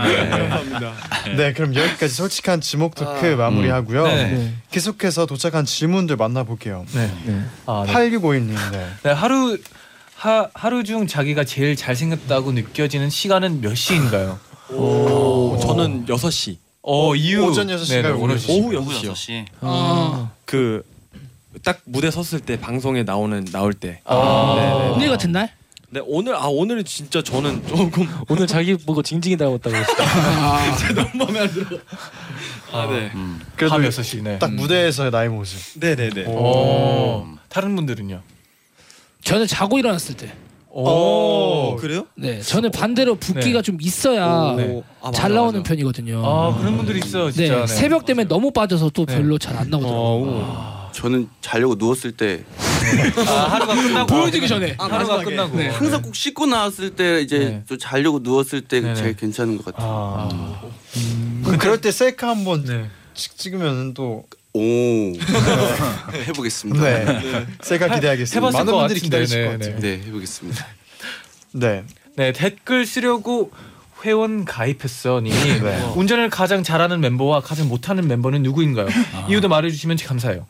Speaker 4: 네, 그럼 여기까지 솔직한 지목 토크
Speaker 2: 아,
Speaker 4: 마무리하고요.
Speaker 2: 음. 네.
Speaker 4: 네. 계속해서 도착한 질문들 만나볼게요.
Speaker 2: 네. 아, 네.
Speaker 4: 8652님, 네.
Speaker 2: 네, 하루 하, 하루 중 자기가 제일 잘생겼다고 느껴지는 시간은 몇 시인가요?
Speaker 9: 오, 저는 6시.
Speaker 2: 어, 이유.
Speaker 9: 오전 6시가
Speaker 2: 네네, 오후
Speaker 9: 오후
Speaker 2: 6시.
Speaker 9: 6시. 오후
Speaker 2: 오후
Speaker 9: 6시요.
Speaker 6: 6시.
Speaker 12: 아.
Speaker 9: 그딱 무대 섰을 때 방송에 나오는 나올 때.
Speaker 12: 아.
Speaker 9: 네네.
Speaker 12: 오늘 같은 날?
Speaker 9: 네 오늘 아 오늘은 진짜 저는 조금
Speaker 7: 오늘 자기 보고 징징이 닮았다고 했어.
Speaker 9: 너무 마음에 안 들어. 아 네.
Speaker 4: 그래도
Speaker 2: 밤 6시. 네.
Speaker 4: 딱 무대에서의 나의 모습.
Speaker 9: 네네네.
Speaker 2: 오.
Speaker 9: 음.
Speaker 2: 다른 분들은요?
Speaker 12: 저는 자고 일어났을 때.
Speaker 2: 오.
Speaker 9: 그래요?
Speaker 12: 네, 저는 반대로 붓기가
Speaker 2: 네.
Speaker 12: 좀 있어야
Speaker 2: 오, 네. 아,
Speaker 12: 잘
Speaker 2: 맞아,
Speaker 12: 나오는 편이거든요.
Speaker 2: 아, 그런 분들 있어요, 네. 어, 진짜.
Speaker 12: 네,
Speaker 2: 네.
Speaker 12: 새벽 되면 너무 빠져서 또 별로 잘 안 나오더라고요.
Speaker 11: 저는 자려고 누웠을 때
Speaker 2: 아, 하루가 끝나고
Speaker 12: 보여지기 전에.
Speaker 11: 아,
Speaker 2: 하루가
Speaker 11: 마지막에.
Speaker 2: 끝나고
Speaker 11: 네. 항상 꼭 씻고 나왔을 때 이제
Speaker 12: 네.
Speaker 11: 또 자려고 누웠을 때
Speaker 2: 네네.
Speaker 11: 제일 괜찮은 것 같아요.
Speaker 2: 음.
Speaker 4: 그럼 그럴 때 셀카 한번
Speaker 2: 네.
Speaker 4: 찍- 찍으면은 또
Speaker 11: 오 해보겠습니다.
Speaker 4: 네. 셀카 기대하겠습니다. 많은 분들이 기다리실 것 같아요.
Speaker 11: 네, 해보겠습니다.
Speaker 4: 네.
Speaker 2: 네 댓글 쓰려고 회원 가입했어 님이
Speaker 9: 네.
Speaker 2: 운전을 가장 잘하는 멤버와 가장 못하는 멤버는 누구인가요?
Speaker 9: 아.
Speaker 2: 이유도 말해주시면 감사해요.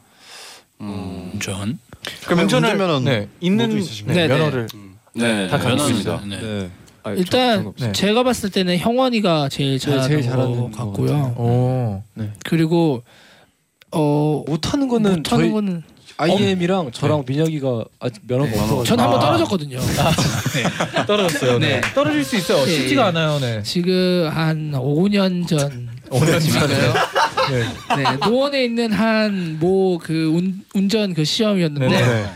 Speaker 5: 운전.
Speaker 4: 그러면 운전면허는
Speaker 2: 네 있는
Speaker 4: 모두 있으십니까?
Speaker 2: 네,
Speaker 12: 네, 네.
Speaker 2: 면허를
Speaker 5: 네,
Speaker 2: 다 갖고
Speaker 5: 면허입니다.
Speaker 2: 있습니다.
Speaker 9: 네.
Speaker 12: 일단
Speaker 2: 네.
Speaker 12: 제가 봤을 때는 형원이가 제일 잘하는,
Speaker 7: 제일
Speaker 12: 것
Speaker 7: 잘하는
Speaker 12: 같고요.
Speaker 2: 오. 네.
Speaker 12: 그리고 어
Speaker 7: 못하는 거는
Speaker 12: 못하는
Speaker 7: 저희-
Speaker 12: 거는
Speaker 7: IM이랑 저랑 민혁이가 아직 면허가 없어.
Speaker 12: 전 한번 떨어졌거든요.
Speaker 2: 떨어졌어요. 네. 떨어질 수 있어요.
Speaker 12: 네.
Speaker 2: 쉽지가 않아요. 네.
Speaker 12: 지금 한 5년 전
Speaker 2: 5년 전에요.
Speaker 12: 네, 노원에 있는 한 뭐 그 운전 그
Speaker 2: 네.
Speaker 12: 시험이었는데
Speaker 4: 네.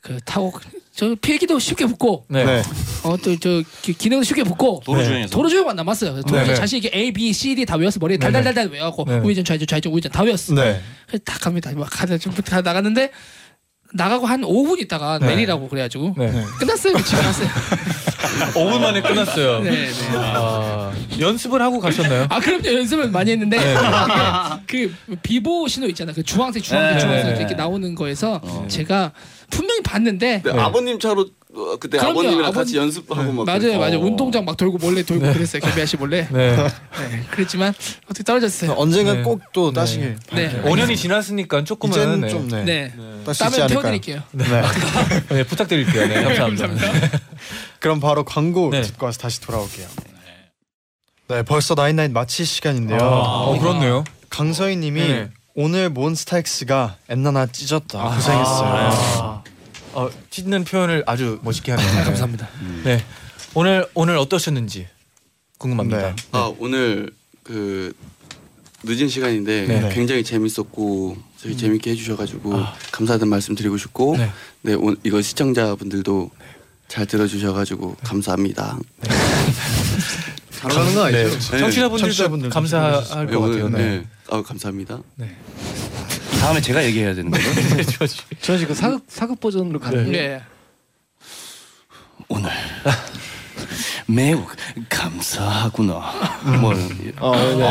Speaker 12: 그 타고 저 필기도 쉽게 붙고
Speaker 2: 네. 네.
Speaker 12: 어또저 기능도 쉽게 붙고
Speaker 2: 도로 주행에서.
Speaker 12: 도로 주행만 남았어요. 그래서 도로
Speaker 2: 네.
Speaker 12: 주행 자신 있게 A, B, C, D 다 외웠어 머리에
Speaker 2: 네.
Speaker 12: 달달달달 외워갖고
Speaker 2: 네.
Speaker 12: 우회전 좌회전 좌회전 우회전 다 외웠어.
Speaker 2: 네.
Speaker 12: 그래서 딱 갑니다. 막 가다 좀 가- 나갔는데 나가고 한 5분 있다가
Speaker 2: 네.
Speaker 12: 내리라고 그래가지고
Speaker 2: 네.
Speaker 12: 끝났어요. 집에 갔어요.
Speaker 2: 5분 만에 끝났어요.
Speaker 12: 네, 네.
Speaker 2: 아, 연습을 하고 가셨나요?
Speaker 12: 아 그럼요 연습은 많이 했는데
Speaker 2: 네.
Speaker 12: 그 비보 신호 있잖아 그 주황색 주황색
Speaker 2: 네,
Speaker 12: 주황색
Speaker 2: 네, 네.
Speaker 12: 이렇게 나오는 거에서 제가 분명히 봤는데
Speaker 11: 근데 아버님 차로 어, 그때
Speaker 12: 네. 그럼요,
Speaker 11: 아버님이랑
Speaker 12: 아버님- 네.
Speaker 11: 같이 연습하고 막
Speaker 12: 맞아요
Speaker 11: 그랬어요.
Speaker 12: 맞아요 운동장 막 돌고 몰래 돌고 그랬어요 김미아 씨 몰래
Speaker 2: 네.
Speaker 12: 네, 그랬지만 어떻게 떨어졌어요
Speaker 4: 언젠가
Speaker 2: 네.
Speaker 4: 꼭 또 따시길.
Speaker 12: 네.
Speaker 2: 5년이 지났으니까 조금은
Speaker 4: 이제는 좀, 어,
Speaker 12: 네.
Speaker 4: 네. 다시
Speaker 12: 땀을
Speaker 4: 있지 않을까요?
Speaker 12: 태워드릴게요.
Speaker 4: 네.
Speaker 2: 네, 부탁드릴게요. 네, 감사합니다.
Speaker 4: 그럼 바로 광고 듣고 와서 다시 돌아올게요. 네, 벌써 나인나인 마칠 시간인데요.
Speaker 2: 아, 어, 그렇네요.
Speaker 4: 강서희님이
Speaker 2: 네.
Speaker 4: 오늘 몬스타엑스가 엔나나 찢었다 고생했어요.
Speaker 2: 아, 어, 찢는 표현을 아주 멋있게 하네요. 네.
Speaker 12: 감사합니다.
Speaker 2: 네. 네.
Speaker 4: 네.
Speaker 2: 오늘 오늘 어떠셨는지 궁금합니다.
Speaker 11: 아 오늘 아, 그 늦은 시간인데
Speaker 2: 네. 음. 아.
Speaker 11: 굉장히 재밌었고 저희 재밌게 해주셔가지고 감사하다는 말씀 드리고 싶고 네, 오- 이거 시청자분들도
Speaker 2: 네.
Speaker 11: 잘 들어주셔가지고 감사합니다.
Speaker 2: 잘 오가는 거 아니죠?
Speaker 4: 네.
Speaker 2: 청취자분들도 감사할 것 같아요. 네.
Speaker 11: 아 감사합니다.
Speaker 6: 다음에 제가 얘기해야 되는 거죠?
Speaker 7: 저 지금 사극 사극 버전으로 가는
Speaker 12: 네.
Speaker 7: 거예요.
Speaker 6: 매우 감사하구나. 뭐
Speaker 7: 어, 네.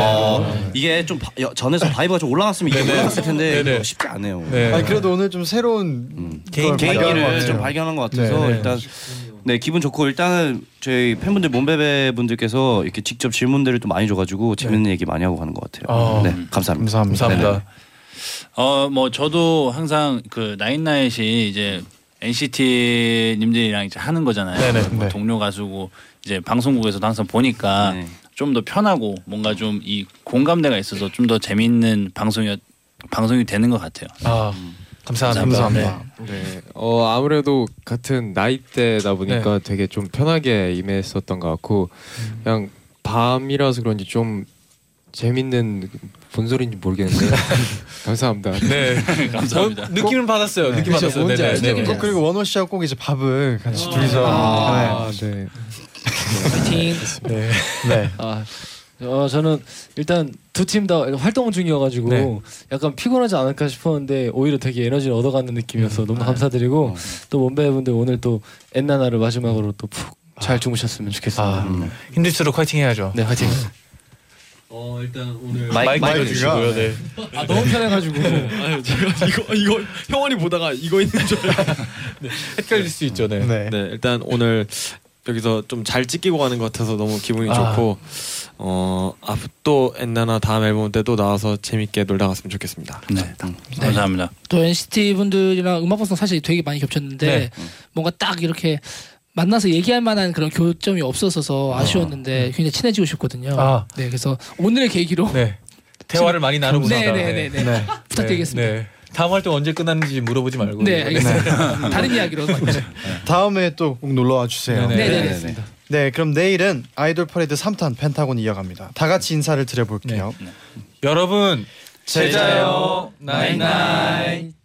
Speaker 6: 어, 이게 좀 바- 여- 전에서 바이브가 좀 올라갔으면 이게 올라갔을 텐데 이거 쉽지 않네요.
Speaker 4: 아니, 그래도 오늘 좀 새로운
Speaker 6: 개인
Speaker 4: 걸 발견한 것
Speaker 6: 개인기를
Speaker 4: 같아요.
Speaker 6: 좀 발견한 것 같아서
Speaker 4: 네, 네.
Speaker 6: 일단 네 기분 좋고 일단은 저희 팬분들 몸베베 분들께서 이렇게 직접 질문들을 또 많이 줘가지고
Speaker 4: 네.
Speaker 6: 재밌는 얘기 많이 하고 가는 것 같아요.
Speaker 5: 아,
Speaker 6: 네 감사합니다.
Speaker 5: 감사합니다.
Speaker 6: 네네.
Speaker 5: 어, 뭐 저도 항상 그 나인나잇이 이제 NCT 님들이랑 이제 하는 거잖아요.
Speaker 2: 네,
Speaker 5: 뭐 동료 가수고 이제 방송국에서도 항상 보니까
Speaker 2: 네.
Speaker 5: 좀 더 편하고 뭔가 좀 이 공감대가 있어서 좀 더 재밌는 방송이 방송이 되는 것 같아요.
Speaker 2: 아 감사합니다.
Speaker 7: 네.
Speaker 8: 어 아무래도 같은 나이대다 보니까 되게 좀 편하게 임했었던 것 같고 그냥 밤이라서 그런지 좀 재밌는 뭔 소리인지 모르겠는데 감사합니다.
Speaker 2: 네.
Speaker 5: 감사합니다.
Speaker 2: 어, 느낌은 받았어요. 느낌 받았어요. 네네, 네네.
Speaker 4: 꼭 그리고 원호 씨하고 꼭 이제 밥을 같이 둘이서
Speaker 7: 아,
Speaker 4: 네.
Speaker 12: 파이팅.
Speaker 2: 네.
Speaker 4: 네.
Speaker 7: 아, 어, 저는 일단 두 팀 다 활동 중이어가지고
Speaker 2: 네.
Speaker 7: 약간 피곤하지 않을까 싶었는데 오히려 되게 에너지를 얻어가는 느낌이어서 너무 감사드리고 또 몸베분들 오늘 또 엔나나를 마지막으로 또 푹 잘 주무셨으면 좋겠습니다.
Speaker 2: 힘들수록 화이팅 해야죠.
Speaker 7: 네, 화이팅.
Speaker 9: 어 일단 오늘
Speaker 2: 마이크 마이크가- 들어주시고요, 네.
Speaker 9: 아 너무 편해가지고. 아유 제가 이거 이거 형원이 보다가 이거 있는 줄 알고. 네.
Speaker 2: 헷갈릴 수 있죠. 네.
Speaker 4: 네.
Speaker 9: 일단 오늘 여기서 좀 잘 찍히고 가는 것 같아서 너무 기분이
Speaker 2: 아.
Speaker 9: 좋고 어 앞 또 엔나나 다음 앨범 때 또 나와서 재밌게 놀다 갔으면 좋겠습니다.
Speaker 5: 네. 감사합니다.
Speaker 12: 또 NCT 분들이랑 음악 방송 사실 되게 많이 겹쳤는데 뭔가 딱 이렇게 만나서 얘기할 만한 그런 교점이 없어서 아쉬웠는데 음. 굉장히 친해지고 싶거든요.
Speaker 2: 아.
Speaker 12: 네, 그래서 오늘의 계기로
Speaker 2: 네. 대화를 많이 나누고
Speaker 12: 네,
Speaker 2: 나다.
Speaker 12: 네, 네, 네. 부탁드리겠습니다.
Speaker 2: 네. 다음 활동 언제 끝나는지 물어보지 말고.
Speaker 12: 네, 알겠습니다. 다른 이야기로.
Speaker 4: 다음에 또 꼭 놀러 와 주세요.
Speaker 2: 네네. 네, 네, 알겠습니다.
Speaker 4: 네, 그럼 내일은 아이돌 퍼레이드 3탄 펜타곤 이어갑니다. 다 같이 인사를 드려볼게요.
Speaker 2: 여러분
Speaker 4: 제자요.
Speaker 2: 나잇나잇.
Speaker 1: Oh, Oh,